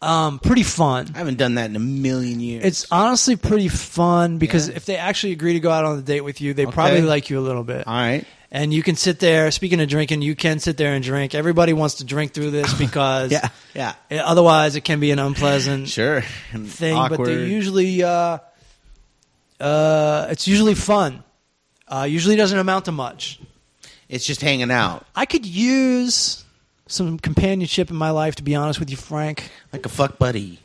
B: um pretty fun.
C: I haven't done that in a million years.
B: It's honestly pretty fun because
C: Yeah.
B: if they actually agree to go out on a date with you, they probably like you a little bit.
C: all right.
B: and you can sit there. Speaking of drinking, you can sit there and drink. Everybody wants to drink through this because
C: Yeah, yeah,
B: it- otherwise it can be an unpleasant
C: sure. And
B: thing. But
C: awkward.
B: they're usually uh, uh, it's usually fun. Uh, usually doesn't amount to much.
C: it's just hanging out
B: I could use some companionship in my life, to be honest with you, Frank.
C: like a fuck buddy,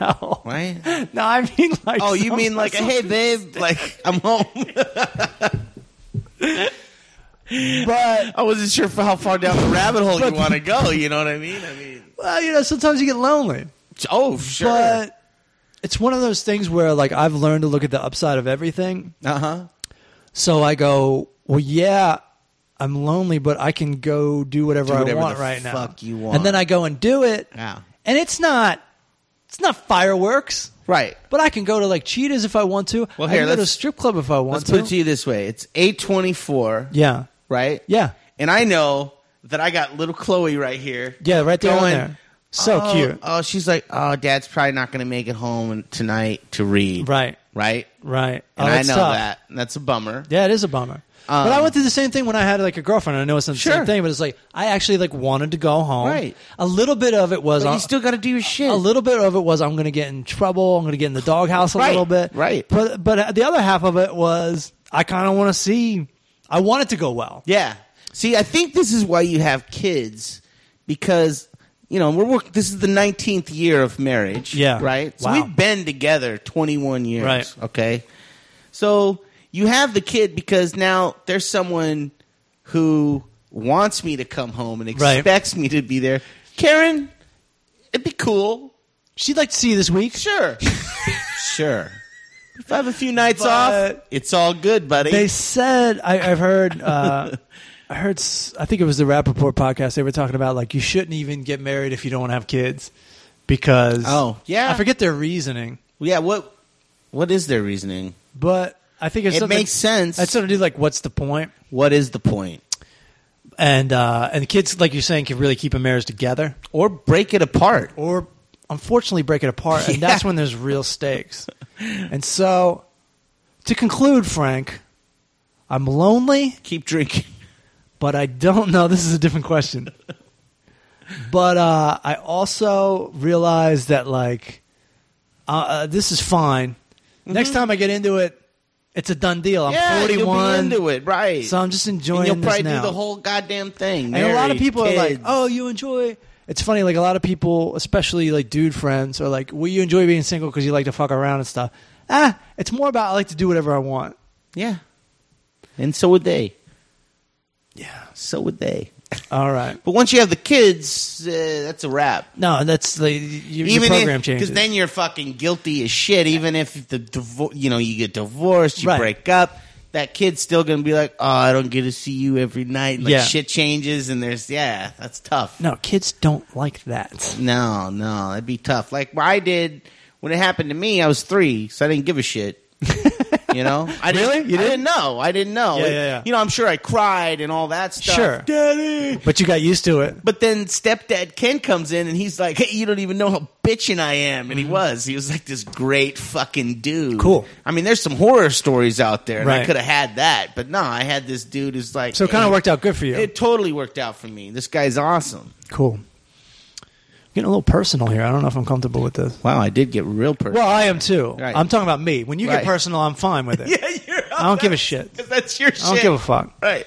B: No,
C: right?
B: no, I mean like.
C: Oh, you
B: some-
C: mean like, a, hey, babe, like I'm home.
B: But
C: I wasn't sure for how far down the rabbit hole you want to go. You know what I mean? I mean,
B: well, you know, sometimes you get lonely.
C: oh, sure.
B: But it's one of those things where like I've learned to look at the upside of everything.
C: uh huh.
B: So I go, well, yeah, I'm lonely, but I can go do whatever,
C: Do whatever
B: I want
C: the
B: right now.
C: fuck you want.
B: And then I go and do it.
C: Yeah.
B: And it's not, it's not fireworks,
C: Right.
B: but I can go to like Cheetahs if I want to.
C: Well,
B: I
C: here,
B: can go to a
C: let's-
B: strip club if I want
C: Let's put it
B: to.
C: to you this way: it's eight twenty-four,
B: yeah.
C: right?
B: Yeah.
C: and I know that I got little Chloe right here.
B: Yeah. Right there. on
C: Going,
B: there. So
C: oh,
B: cute.
C: Oh, she's like, oh, Dad's probably not going to make it home tonight to read.
B: Right.
C: Right.
B: Right. Oh,
C: And I
B: it's
C: know
B: tough.
C: that. And that's a bummer.
B: Yeah, it is a bummer. but I went through the same thing when I had like a girlfriend. I know it's not the
C: Sure.
B: same thing, but it's like I actually like wanted to go home.
C: Right.
B: A little bit of it was
C: But
B: uh,
C: you still got to do your shit.
B: a little bit of it was I'm going to get in trouble. I'm going to get in the doghouse a
C: Right,
B: little bit.
C: right.
B: But but the other half of it was I kind of want to see. I want it to go well.
C: Yeah. See, I think this is why you have kids because you know we're work- this is the nineteenth year of marriage.
B: Yeah.
C: Right. So
B: Wow.
C: we've been together twenty one years.
B: Right.
C: Okay. So you have the kid because now there's someone who wants me to come home and
B: Right.
C: expects me to be there. Karen, it'd be cool.
B: She'd like to see you this week.
C: Sure. sure. If I have a few nights off,
B: But-
C: it's all good, buddy.
B: They said I, I've heard. Uh, I heard. s- I think it was the Rappaport podcast. They were talking about like you shouldn't even get married if you don't want to have kids because
C: Oh, yeah.
B: I forget their reasoning,
C: yeah. What? What is their reasoning?
B: but I think it's
C: It
B: something-
C: makes sense.
B: I sort of do like what's the point?
C: What is the point?
B: And uh, and the kids, like you're saying, can really keep a marriage together.
C: Or break it apart.
B: or unfortunately break it apart and that's when there's real stakes and so to conclude frank I'm lonely,
C: Keep drinking.
B: but I don't know. This is a different question. but uh, I also realized that like uh, uh, this is fine. Next time I get into it, it's a done deal. I'm
C: Mm-hmm. yeah,
B: 41,
C: you'll be into it, right?
B: so I'm just enjoying
C: and you'll
B: this
C: probably
B: now.
C: do the whole goddamn thing.
B: and a lot of
C: Married,
B: people are like,
C: kids.
B: "Oh, you enjoy." It's funny, like a lot of people, especially like dude friends, are like, "Well, you enjoy being single because you like to fuck around and stuff." Ah, it's more about I like to do whatever I want.
C: yeah," and so would they.
B: Yeah.
C: so would they.
B: All right.
C: But once you have the kids, uh, that's a wrap.
B: No, that's like your, your program changes.
C: because then you're fucking guilty as shit. Even if the divo- you know you get divorced, you
B: Right.
C: break up, that kid's still gonna be like, "Oh, I don't get to see you every night." Like
B: Yeah.
C: shit changes, and there's yeah, that's tough.
B: no, kids don't like that.
C: No, no, that'd be tough. Like what I did when it happened to me, I was three, so I didn't give a shit. You know, I didn't,
B: Really? You
C: I
B: didn't?
C: didn't know. I didn't know.
B: Yeah,
C: It-
B: yeah, yeah.
C: You know, I'm sure I cried and all that stuff.
B: Sure.
C: daddy.
B: But you got used to it.
C: But then stepdad Ken comes in and he's like, "Hey, you don't even know how bitching I am." And he was. He was like this great fucking dude.
B: Mm-hmm. Cool.
C: I mean, there's some horror stories out there, and I
B: Right.
C: could have had that, but no, I had this dude who's like.
B: So it kind
C: "Hey,
B: of worked out good for you.
C: It totally worked out for me. This guy's awesome.
B: cool. Getting a little personal here. I don't know if I'm comfortable with this.
C: Wow, I did get real personal.
B: Well, I am too.
C: Right.
B: I'm talking about me. When you
C: Right.
B: get personal, I'm fine with it.
C: yeah, you're.
B: I don't give a shit.
C: Because that's your shit.
B: I don't give a fuck.
C: Right,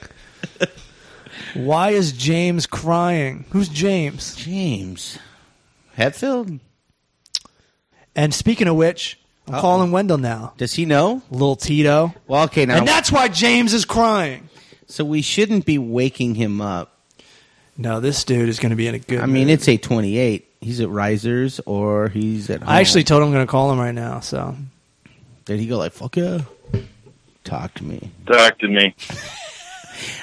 B: Why is James crying? Who's James?
C: James Hetfield.
B: And speaking of which, I'm calling Wendell now.
C: Does he know?
B: Little Tito.
C: Well, okay, now.
B: And that's why James is crying.
C: so we shouldn't be waking him up.
B: No, this dude is going to be in a good.
C: I mean,
B: mood.
C: it's eight twenty-eight. He's at Risers or he's at. Home.
B: I actually told him I'm going to call him right now. So
C: Did he go like fuck yeah? Talk to me.
E: Talk to me.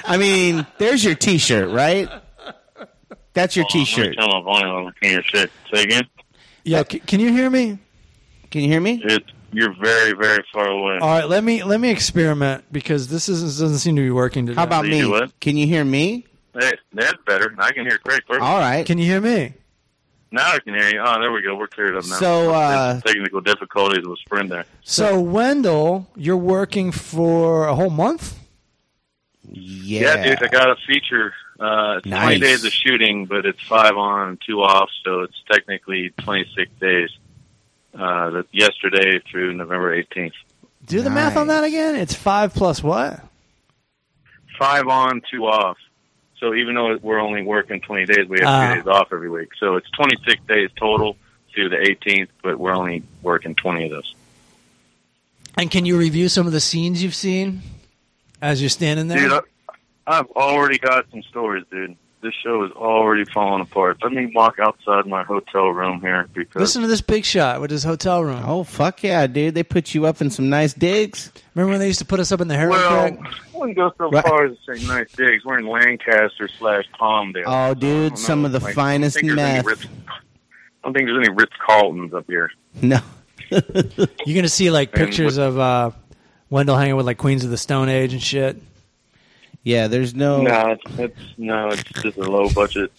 C: I mean, there's your T-shirt, right? That's your T-shirt.
E: Tell my volume. I can't hear shit. Say again.
B: yeah, c- can you hear me?
C: Can you hear me?
E: It's, you're very, very far away.
C: Uh,
B: All right, let me let me experiment because this is, doesn't seem to be working today.
C: How about
E: You do
C: me?
E: what?
C: Can you hear me?
E: Hey, that's better. I can hear Craig first.
C: All right.
B: Can you hear me?
E: Now I can hear you. Oh, there we go. We're cleared up now.
C: So, uh,
E: technical difficulties with Sprint there.
B: So Wendell, you're working for a whole month.
E: Yeah,
C: yeah.
E: dude, I got a feature. Uh, it's
C: Nice.
E: 20 days of shooting, but it's five on, two off, so it's technically 26 days. Uh, that yesterday through November 18th.
B: Do the math on
C: Nice.
B: that again. It's five plus what?
E: Five on, two off. So even though we're only working 20 days, we have
B: Ah.
E: two days off every week. So it's 26 days total through the 18th, but we're only working 20 of those.
B: And can you review some of the scenes you've seen as you're standing there?
E: Dude, I, uh, I've already got some stories, dude. This show is already falling apart. Let me walk outside my hotel room here because
B: Listen to this big shot with his hotel room.
C: Oh fuck yeah, dude! They put you up in some nice digs.
B: Remember when they used to put us up in the heroin
E: well,
B: crack?
E: I wouldn't go so
C: Right.
E: far as to say nice digs. We're in Lancaster slash Palmdale.
C: Oh,
E: I
C: dude,
E: don't
C: some
E: know,
C: of the
E: like, I
C: finest
E: think there's any
C: meth.
E: Ritz- I don't think there's any Ritz Carltons up here.
C: No,
B: You're gonna see like
E: And
B: pictures
E: what-
B: of uh, Wendell hanging with like Queens of the Stone Age and shit.
C: yeah, there's no.
E: No, it's, it's no, it's just a low budget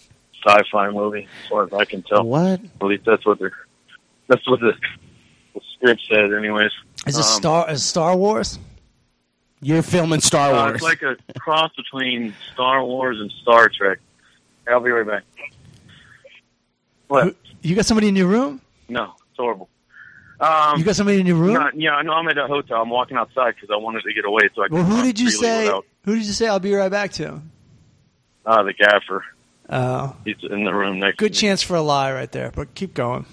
E: sci-fi movie, as far as I can tell.
C: What?
E: At least that's what they're. That's what the, the script says, anyways.
B: Is
E: Um,
B: this Star is Star Wars?
C: You're filming Star
E: Uh,
C: Wars.
E: it's like a cross between Star Wars and Star Trek. I'll be right back. What?
B: You got somebody in your room?
E: No, it's horrible. Um,
B: You got somebody in your room?
E: No, yeah, I know. I'm at a hotel. I'm walking outside because I wanted to get away. So I could
B: well, who
E: talk
B: did you
E: freely
B: say?
E: Without,
B: Who did you say? I'll be right back to.
E: uh, the gaffer.
B: Oh,
E: He's in the room next.
B: good
E: to me.
B: chance for a lie right there. But keep going.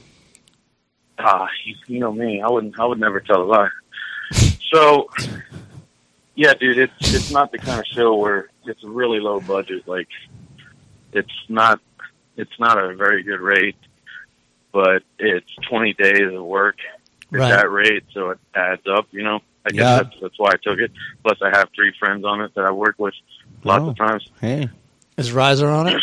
E: Ah, you, you know me. I wouldn't. I would never tell a lie. so, yeah, dude, it's it's not the kind of show where it's really low budget. Like, it's not it's not a very good rate, but it's 20 days of work at
B: Right.
E: that rate, so it adds up. You know, I guess
C: Yeah.
E: that's, that's why I took it. Plus, I have three friends on it that I work with lots
C: Oh.
E: of times.
C: hey,
B: Is Riser on it?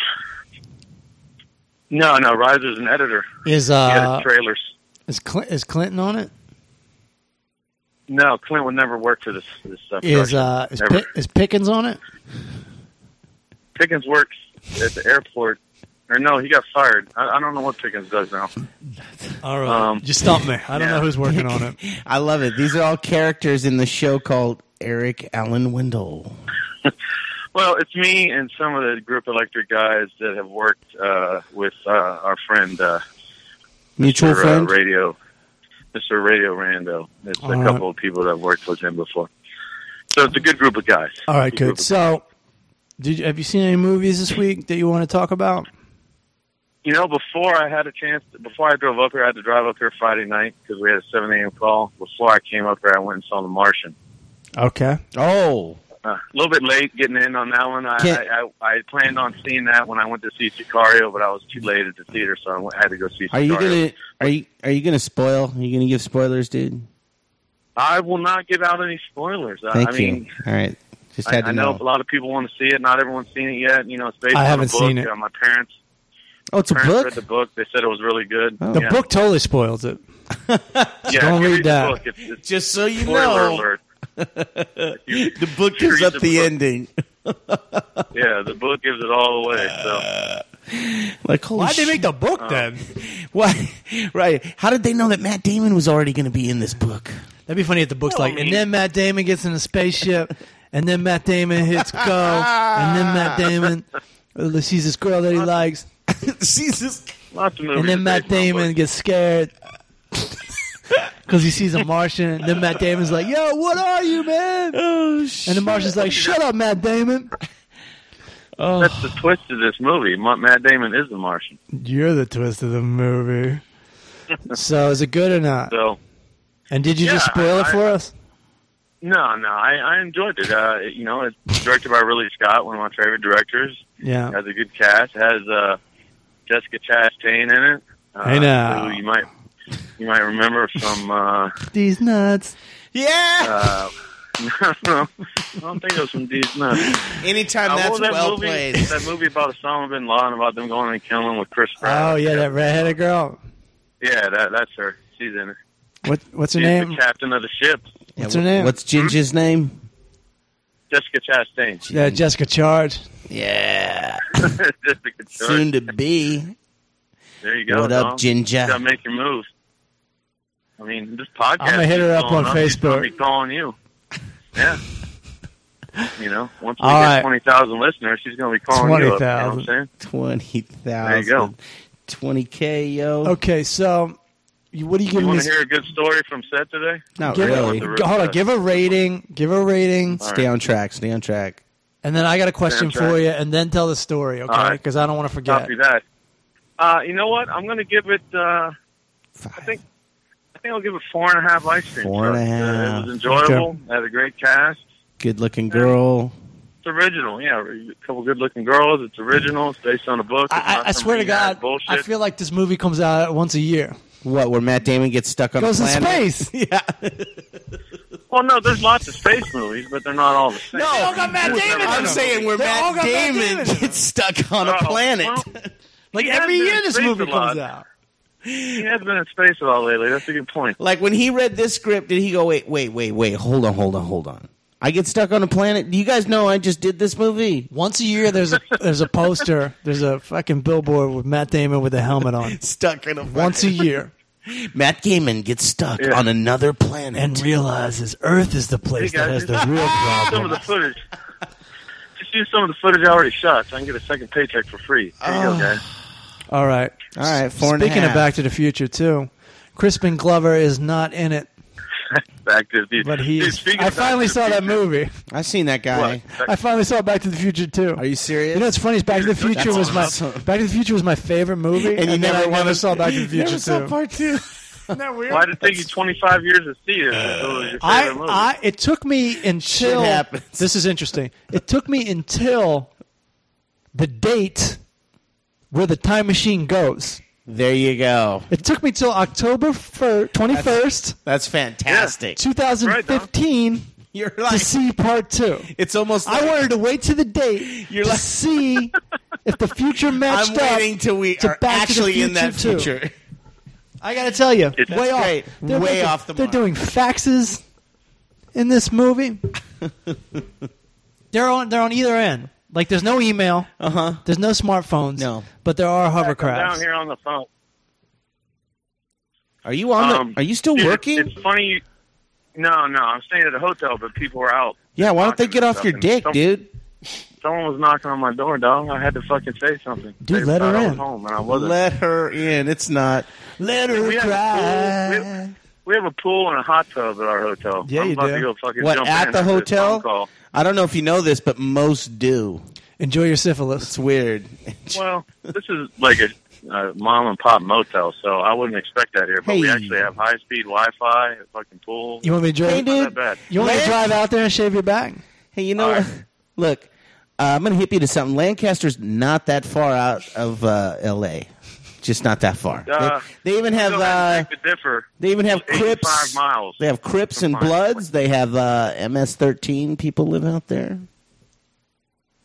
E: No, no, Riser's an editor.
B: Is
E: He
B: uh
E: edits trailers.
B: is Clint, is Clinton on it?
E: No, Clint would never work for this this stuff.
B: Is uh is,
E: Ever.
B: Pick, is Pickens on it?
E: Pickens works at the airport. Or no, he got fired. I, I don't know what Pickens does now.
B: All right,
E: Um,
B: you stump me. I don't
E: yeah.
B: know who's working on it.
C: I love it. These are all characters in the show called Eric Allen Wendell.
E: Well, it's me and some of the group electric guys that have worked uh, with uh, our friend, uh,
B: Mutual
E: Mr.
B: friend.
E: Uh, Radio, Mr. Radio Rando. There's
B: All
E: a
B: right.
E: couple of people that have worked with him before. So it's a good group of guys.
B: All right,
E: Good
B: good.
E: group of-
B: So, did you, have you seen any movies this week that you want to talk about?
E: you know, before I had a chance, before I drove up here, I had to drive up here Friday night because we had a 7 a.m. call. Before I came up here, I went and saw The Martian.
B: Okay.
C: Oh,
E: Uh, a little bit late getting in on that one. I,
C: Can't-
E: I, I, I planned on seeing that when I went to see Sicario, but I was too late at the theater, so I went- had to go see. Sicario.
C: are you gonna are you are you gonna spoil? Are you gonna give spoilers, dude?
E: I will not give out any spoilers. I-
C: Thank
E: I
C: you.
E: mean,
C: All right, just
E: I,
C: had to
E: I know a
C: know.
E: lot of people want to see it. Not everyone's seen it yet. You know, it's based
B: I
E: on
B: haven't
E: a book.
B: seen it.
E: Uh, my parents,
C: Oh, it's a
E: parents
C: book. Oh.
E: read the book. They said it was really good.
B: The
E: yeah.
B: book totally spoils it.
E: Yeah,
B: Don't
E: if you
B: read
E: the
B: that.
E: book, it's, it's
C: Just so you
E: spoiler
C: know,
E: alert.
C: the book gives
E: Read
C: up
E: the
C: the
E: book.
C: ending.
E: Yeah, the book gives it all away.
B: Uh,
E: So
C: Like, holy
B: Why'd they
C: shit.
B: make the book
E: Uh,
B: then?
C: Why? Right? How did they know that Matt Damon was already going to be in this book?
B: That'd be funny if the book's
E: Well, I
B: like, and
E: mean-
B: then Matt Damon gets in a spaceship, and then Matt Damon hits go, and then Matt Damon uh, sees this girl that he likes,
C: Jesus.
E: lots of movies.
B: and
E: are
B: then Matt
E: based on
B: Damon
E: books.
B: gets scared because he sees a Martian, and then Matt Damon's like, "Yo, what are you, man?"
C: Oh shit.
B: And the Martian's like, "Shut up, Matt Damon.
E: That's the twist of this movie. Ma- Matt Damon is the Martian.
B: You're the twist of the movie." So is it good or not?
E: So.
B: And did you just
E: Yeah,
B: spoil it
E: I-
B: for us?
E: No, no, I, I enjoyed it. Uh, it- you know, it's directed by Ridley Scott, one of my favorite directors.
B: Yeah.
E: Has a good cast. Has uh, Jessica Chastain in it. Uh,
B: I know.
E: who you might you might remember from. Uh,
B: These nuts.
C: Yeah.
E: uh, I don't think it was from D's Nuts.
C: Anytime
E: Uh, what
C: that's
E: was that
C: well
E: movie?
C: played.
E: That movie about Osama bin Laden about them going and killing with Chris Pratt.
B: Oh yeah, that redheaded girl.
E: yeah, that that's her. She's in it.
B: What what's her
E: She's
B: name?
E: the captain of the ship,
B: What's her name?
C: What's Ginger's name?
E: Jessica Chastain.
B: Yeah, Jessica Charge.
C: Yeah.
E: Jessica
C: Soon
E: Chastain.
C: to be.
E: There you go.
C: what up,
E: dog.
C: Ginger?
E: You gotta make your move. I mean, this podcast.
B: I'm gonna hit her
E: keeps
B: up
E: going
B: on
E: She's gonna
B: Facebook.
E: Be calling you. Yeah. you know, once we
B: All
E: get
B: right.
E: twenty thousand listeners, she's gonna be calling you. Up, you know what
B: 20,000.
E: I'm saying?
C: Twenty thousand.
E: There you go.
C: Twenty k, yo.
B: Okay, so you, what are you
E: You
B: giving
E: want
B: this?
E: to hear a good story from set today?
C: Not
B: give
C: really.
B: a,
E: All
B: g- hold on, give a rating, give a rating,
E: All
C: Stay on track. Stay on track.
B: and then I got a question
E: Soundtrack.
B: for you, and then tell the story, okay?
E: All right.
B: Because I don't want to forget.
E: Copy that. Uh, you know what? I'm gonna give it. Uh,
C: Five.
E: think- I think I'll give it four and a half ice cream.
C: Four and a
E: trucks. Uh,
C: half.
E: it was enjoyable. Had a great cast.
C: Good looking girl.
E: It's original. Yeah, a couple good-looking girls. It's original. It's based on a book. It's
B: I,
E: not
B: I, I
E: some
B: swear to
E: rehashed
B: God,
E: bullshit.
B: I feel like this movie comes out once a year.
C: What? Where Matt Damon gets stuck on
B: Goes
C: a
B: in
C: planet?
B: space.
C: Yeah.
E: Well, no, there's lots of space movies, but they're not all the same.
C: No,
E: Damon in them.
C: I'm saying where
B: They all got Matt
C: Matt Damon,
B: Damon in them.
C: gets stuck on a
E: Oh,
C: planet.
E: well,
B: Like
E: He has
B: every
E: been
B: year,
E: in
B: this
E: space
B: movie
E: a lot.
B: comes out.
E: he has been in space a lot lately. That's a good point.
C: Like when he read this script, did he go, wait, wait, wait, wait, hold on, hold on, hold on. I get stuck on a planet. Do you guys know I just did this movie?
B: Once a year, there's a there's a poster, there's a fucking billboard with Matt Damon with a helmet on.
C: Stuck on a planet.
B: Once a year,
C: Matt Damon gets stuck
E: Yeah.
C: on another planet.
B: and realizes Earth is the place
E: Hey,
B: that
E: guys.
B: has the real
E: Some of the
B: problem.
E: footage. Just use some of the footage I already shot, so I can get a second paycheck for free. There you
B: Ah.
E: go, guys.
B: All right.
C: All right, four and a
B: Speaking
C: half.
B: of Back to the Future, too, Crispin Glover is not in it,
E: Back to the future.
B: but he
E: Dude,
B: is.
E: speaking
B: I
E: of Back
B: finally
E: to the
B: saw that
E: Future-
B: movie.
C: I've seen that guy.
E: What?
B: I finally saw Back to the Future too.
C: Are you serious?
B: You know what's funny is Back to the Future
C: That's
B: was my
C: awesome.
B: Back to the Future was my favorite movie, and,
C: you
B: then
C: never
B: I never
C: wanted-
B: saw Back to the Future
C: Never saw
B: too.
C: part two.
E: Why did it take you 25 years to see it? if it was your
B: I,
E: favorite movie?
B: I it took me until
C: happens.
B: this is interesting. It took me until the date where the time machine goes.
C: There you go.
B: It took me till October twenty first,
C: That's fantastic.
B: two thousand fifteen,
C: You're
B: to
C: like,
B: see part two.
C: it's almost like
B: I wanted to wait to the date
C: You're
B: to
C: like-
B: see if the future matched
C: I'm
B: up.
C: waiting till we
B: to
C: are
B: Back to the
C: actually in that
B: Future too.
C: future.
B: I gotta tell you,
E: It's-
B: way off,
C: great.
B: They're
C: Way
B: making-
C: off the
B: They're
C: mark.
B: doing faxes in this movie. they're on. They're on either end. Like, there's no email.
C: Uh huh.
B: There's no smartphones.
C: No.
B: but there are
E: down
B: hovercrafts.
E: here on the phone.
C: Are you on?
E: Um,
C: the, are you still
E: dude,
C: working?
E: It's funny. You, No, no, I'm staying at a hotel, but people were out.
C: Yeah, why don't they get off
E: Fucking
C: your dick,
E: some-
C: dude?
E: Someone was knocking on my door, dog. I had to fucking say something.
B: Dude,
E: They
B: let her
E: thought I
B: in.
E: was home, and I wasn't.
C: Let her in. It's not. Let her
E: We have a
C: cry.
E: pool. We have- we have a pool and a hot tub at our hotel.
B: Yeah,
E: I'm
B: you
E: about
B: do.
E: To go fucking
C: What,
E: jump
C: at
E: in
C: the
E: after this phone
C: hotel?
E: call.
C: I don't know if you know this, but most do.
B: Enjoy your syphilis.
C: It's weird.
E: Well, this is like a uh, mom and pop motel, so I wouldn't expect that here. But we
C: Hey.
E: actually have high speed Wi Fi, a fucking pool.
B: You want me to drive?
C: Hey,
E: Not
C: dude.
E: that bad.
B: You want me to
C: Lance?
B: drive out there and shave your back?
C: Hey, you know
E: All
C: what?
E: right.
C: Look, uh, I'm going to hit you to something. Lancaster's not that far out of uh, L.A. Just not that far.
E: Uh,
C: they, they even have
E: Still have
C: uh,
E: to differ.
C: they even have Crips.
E: Five miles.
C: They have Crips
E: From
C: and
E: mine.
C: Bloods. They have uh, MS-13 people live out there.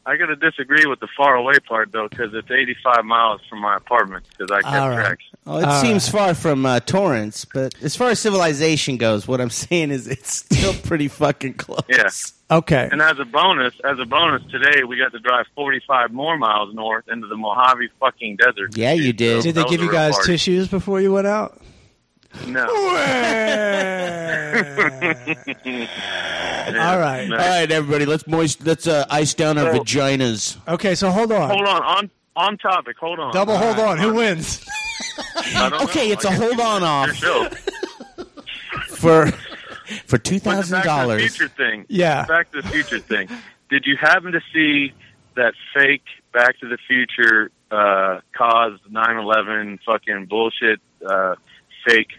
E: I got to disagree with the far away part though, because it's 85 miles from my apartment. Because I kept
B: All right.
E: track.
C: Oh, it
B: All
C: seems far from uh, Torrance, but as far as civilization goes, what I'm saying is it's still pretty fucking close.
E: Yeah.
B: Okay.
E: And as a bonus, as a bonus, today we got to drive 45 more miles north into the Mojave fucking desert.
C: Yeah, you
B: Did
C: did.
B: they
E: That was
B: give
E: a
B: you
E: real
B: guys
E: party.
B: tissues before you went out?
E: No.
B: All right.
E: No.
C: All right, everybody, let's moist, let's uh, ice down our
E: So-
C: vaginas.
B: Okay, so hold on.
E: Hold on. On on topic. Hold on.
B: Double hold on. Who wins?
E: I don't
C: Okay,
E: know.
C: it's a
E: I guess
C: hold
E: you-
C: on
E: Your
C: off
E: show.
C: for for two
E: But the
C: thousand
E: Back to the
C: dollars.
E: Future thing.
B: Yeah.
E: Back to the Future thing. Did you happen to see that fake Back to the Future uh, caused 9/11 fucking bullshit uh, fake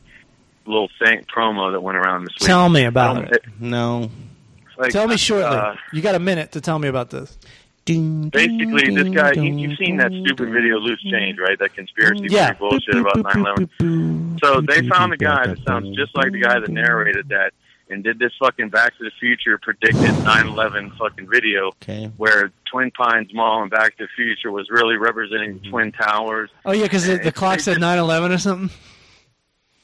E: little thing promo that went around this week?
B: Tell me
E: I
B: about
E: don't-
B: it.
C: No.
E: like,
B: Tell me shortly.
E: uh,
B: you got a minute to tell me about this.
C: Ding, ding,
E: basically, this
C: ding,
E: guy, you,
C: dong,
E: you've seen that
C: dong,
E: stupid
C: dong.
E: video, Loose Change, right? That conspiracy
B: Yeah.
E: bullshit about 9 11. So they found a guy that sounds just like the guy that narrated that and did this fucking Back to the Future predicted 9 11 fucking video
C: Okay.
E: where Twin Pines Mall and Back to the Future was really representing
B: Mm-hmm.
E: the Twin Towers.
B: Oh yeah, because the, the clock said 9-11 or something.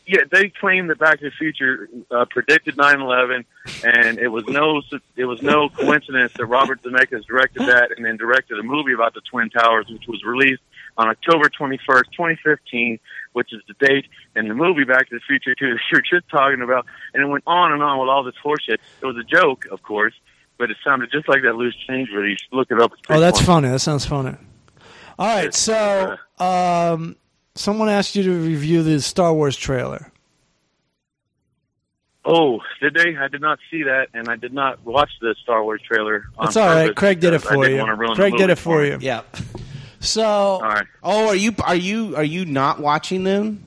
E: Yeah, they claimed that Back to the Future uh, predicted 9/11, and it was no it was no coincidence that Robert Zemeckis directed that and then directed a movie about the Twin Towers, which was released on October 21st, 2015, which is the date in the movie Back to the Future 2 that you're just talking about, and it went on and on with all this horseshit. It was a joke, of course, but it sounded just like that loose change where you should look it up. It's
B: Oh,
E: pretty
B: that's
E: funny.
B: funny. That sounds funny. All right,
E: It's, uh,
B: so um, someone asked you to review the Star Wars trailer.
E: Oh, did they? I did not see that, and I did not watch the Star Wars trailer. on
B: That's all right.
E: purpose
B: Craig did it
E: because I
B: for
E: didn't
B: you.
E: want to ruin the
B: Craig did
E: movie
B: it for
E: me.
B: you.
C: Yeah.
B: So
E: All right.
C: Oh, are you are you are you not watching them?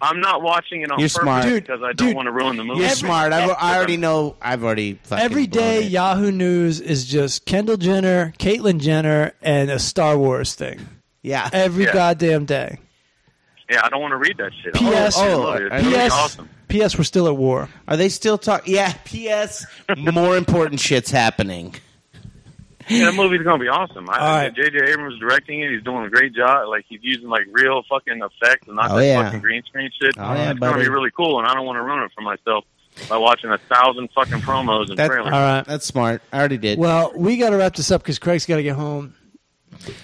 E: I'm not watching it on
C: You're
E: purpose
C: smart.
B: Dude,
E: because I don't
B: dude,
E: want to ruin the movie.
C: You're smart. I've, I already know. I've already fucking
B: every day,
C: blown it.
B: Yahoo News is just Kendall Jenner, Caitlyn Jenner, and a Star Wars thing
C: Yeah.
B: every
E: Yeah.
B: goddamn day.
E: Yeah, I don't want to read that shit. I
B: P.S.
E: wanna
C: Oh,
E: watch it.
C: I-
E: It's really
B: P.S.
E: awesome.
B: P.S. We're still at war.
C: Are they still talking? Yeah. P.S. More important shit's happening.
E: Yeah, that movie's gonna be awesome. I,
B: All right.
E: J.J. Abrams is directing it. He's doing a great job. Like he's using like real fucking effects and not
C: Oh,
E: that
C: yeah.
E: fucking green screen shit.
C: Oh, yeah,
E: it's gonna
C: buddy.
E: be really cool, and I don't want to ruin it for myself by watching a thousand fucking promos and
C: That-
E: trailers.
B: All right.
C: That's smart. I already did.
B: Well, we got to wrap this up because Craig's got to get home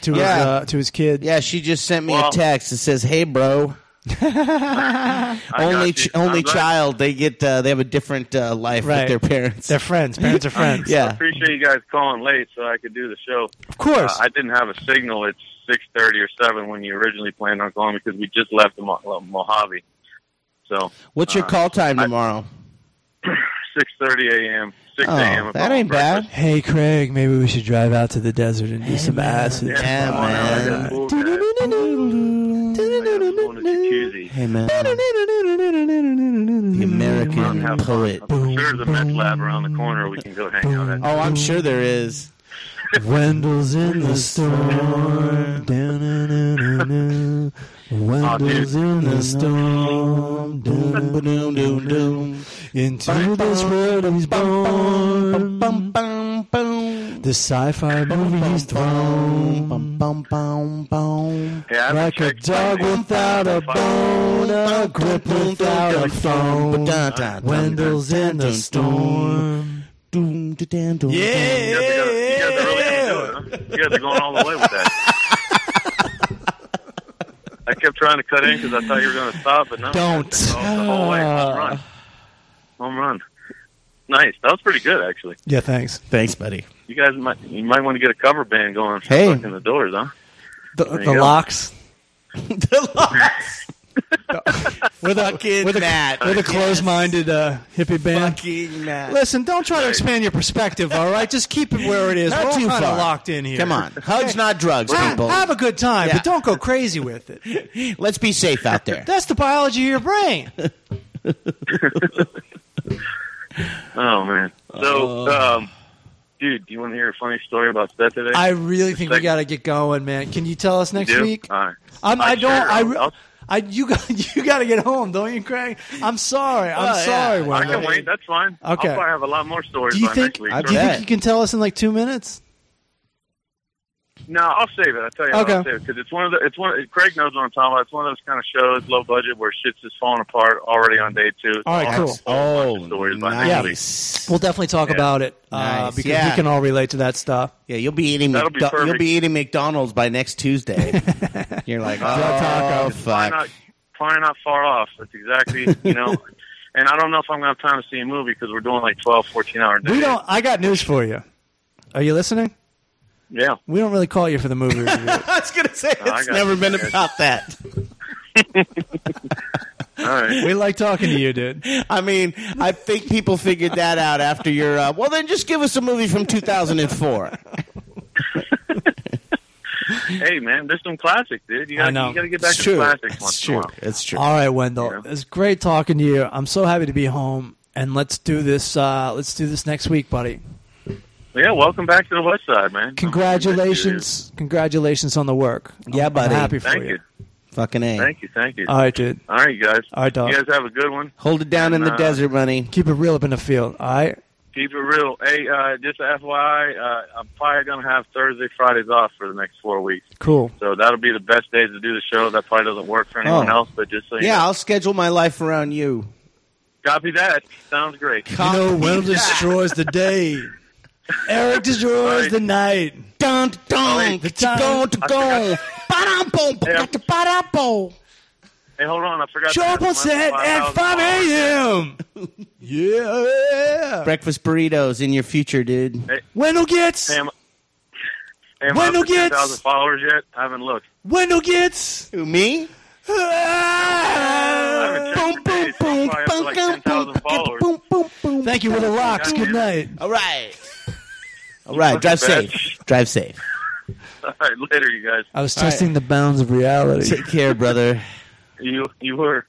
B: to his
C: Yeah.
B: uh, to his kid.
C: yeah, she just sent me
E: Well-
C: a text that says, "Hey, bro,
E: I got
C: only
E: you.
C: ch- only
E: I'm glad-
C: child. They get uh, they have a different uh, life
B: Right.
C: with their parents.
B: They're friends. Parents are friends.
E: I
C: yeah,
E: appreciate you guys calling late so I could do the show.
B: of course.
E: Uh, I didn't have a signal at six thirty or seven when you originally planned on calling because we just left the Mo- Mojave. So
C: What's your
E: Uh,
C: call time
E: I-
C: tomorrow?
E: six thirty a.m. Six
C: Oh,
E: a.m. if
C: that
E: I
C: ain't
E: want breakfast.
C: bad.
B: hey, Craig, maybe we should drive out to the desert and do some acid.
E: Yeah,
C: Yeah,
E: come on out. I
C: man.
E: got cool guys. I got a phone in jacuzzi.
C: Hey man, the
E: Come
C: American
E: have
C: poet.
E: fun. I'm sure there's a meth lab around the corner. We can go hang out at.
C: Oh, I'm sure there is.
B: Wendell's in Ah, the storm. Da-na-na-na-na. Wendell's in the storm. Da-
C: Ba-doom-doom-doom.
B: Into this world he's born.
C: Bum-bum-bum.
B: The sci-fi movie's thrown.
C: Bum-bum-bum-bum.
E: Hey, I haven't
B: Like a
E: checked
B: dog
E: my-
B: without a bone, a grip without a phone. Wendell's in the storm.
E: You guys, are gonna- you guys are really gonna do it, huh? You guys are going all the way with that. I kept trying to cut in Oh, because I thought you were going to stop, but no.
B: Don't.
E: The whole way, home run. Home run. nice. That was pretty good, actually.
B: Yeah, thanks.
C: Thanks, buddy.
E: You guys might you might want to get a cover band going. For
C: Hey.
E: fucking the doors, huh?
B: The,
E: you
B: the
E: go.
B: locks
C: the locks.
B: with a
C: Fucking
B: with a,
C: Matt.
B: with a closed-minded uh, hippie band.
C: Fucking Matt.
B: Listen, don't try to expand your perspective. All right, just keep it where it is.
C: Not
B: We're all
C: too
B: kinda
C: far.
B: locked in here.
C: Come on. Hugs, not drugs,
B: Ha-
C: people.
B: Have a good time,
C: Yeah.
B: but don't go crazy with it.
C: Let's be safe out there.
B: That's the biology of your brain.
E: Oh man. So, um, dude, do you want to hear a funny story about that today?
B: Uh-huh. I really think we
E: Second.
B: got to get going, man. Can you tell us
E: You
B: next
E: do?
B: week?
E: All right.
B: I'm, I don't.
E: sure.
B: I, re-
E: I'll-
B: I you got you got to get home, don't you, Craig? I'm sorry. I'm
C: Well, yeah.
B: sorry.
C: I
E: I
B: Wendell.
E: can wait. That's fine. I'll
B: Okay.
E: probably have a lot more stories
B: Do you
E: by
B: think?
E: next week.
C: I
E: or-
B: Do you
C: bet.
B: think you can tell us in like two minutes?
E: No, I'll save it. I tell you,
B: Okay.
E: I'll save it because it's one of the. It's one. Craig knows what I'm talking about. It's one of those kind of shows, low budget, where shit's just falling apart already on day two.
B: All right,
E: I'll
B: cool.
E: have a whole bunch
C: Oh,
E: of stories by next week.
C: nice.
B: We'll definitely talk
E: Yeah.
B: about it uh,
C: Nice.
B: because
C: Yeah.
B: we can all relate to that stuff.
C: Yeah, you'll be eating
E: That'll be
C: McDo-
E: perfect.
C: you'll be eating McDonald's by next Tuesday. You're like, oh,
E: Probably
C: fuck.
E: not, probably not far off. That's exactly you know. And I don't know if I'm gonna have time to see a movie because we're doing like 12, 14 hour days.
B: We don't. I got news for you. Are you listening?
E: Yeah.
B: We don't really call you for the movie review.
C: I was gonna say
E: I
C: it's
E: got
C: never
E: you.
C: been about that.
E: All right.
B: we like talking to you, dude.
C: I mean, I think people figured that out after your. Uh, well, then just give us a movie from 2004.
E: Hey man, there's some classics, dude. You
B: I
E: gotta,
B: know.
E: you gotta get back
C: It's
E: to
C: true.
E: classics
C: It's
E: once
C: true.
E: in a while.
C: It's true.
B: All right, Wendell.
E: Yeah.
B: It's great talking to you. I'm so happy to be home, and let's do this. Uh, let's do this next week, buddy.
E: Yeah, welcome back to the West Side, man.
B: Congratulations, congratulations on the work.
C: Yeah,
B: I'm
C: buddy.
B: happy for
E: Thank you.
C: Fucking a.
E: Thank you. Thank you.
B: All right, dude.
E: All right, you guys.
B: All right, dog.
E: You guys have a good one.
C: Hold it down in the
E: Nah.
C: desert, money.
B: Keep it real up in the field. All right.
E: Keep it real. Hey, uh, just FYI, uh, I'm probably gonna have Thursday, Fridays off for the next four weeks.
B: Cool.
E: So that'll be the best days to do the show. That probably doesn't work for anyone
C: Oh.
E: else, but just so you
C: Yeah,
E: know.
C: I'll schedule my life around you.
E: copy that. Sounds great.
B: You know, Will
C: Yeah.
B: destroys the day. Eric destroys the night.
C: Dun dun.
E: Alright.
C: The go to go. Ba-dum, boom,
E: Yeah.
C: ba-dum, ba-dum, boom.
E: Hey, hold on. I forgot.
B: Show
E: to
B: up on
E: mention my
B: set at 5
E: $5,000
B: a.m. Yeah.
C: Breakfast burritos in your future, dude.
B: Wendell gets.
E: Hey, am- hey, am I
B: Wendell
E: up to
B: gets-
E: 10,000 followers yet? I haven't looked.
B: Wendell gets.
C: Who me?
E: I haven't
B: Ah!
E: checked today, so I'm probably up to like 10,000 followers.
C: boom, boom, boom.
B: Thank you for the locks. Good night.
C: All right. All right. Drive
E: Fucking
C: safe. Drive safe.
E: All right, later, you guys.
B: I was testing the bounds of reality.
C: Take care, brother.
E: You you were.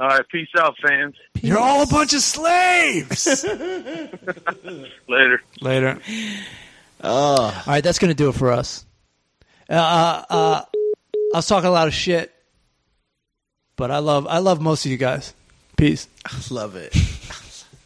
E: All right, peace out, fans.
B: You're all a bunch of slaves.
E: Later.
B: Later.
C: Oh,
B: All right, that's going to do it for us. Uh, uh, uh, I was talking a lot of shit, but I love I love most of you guys. Peace.
C: love it.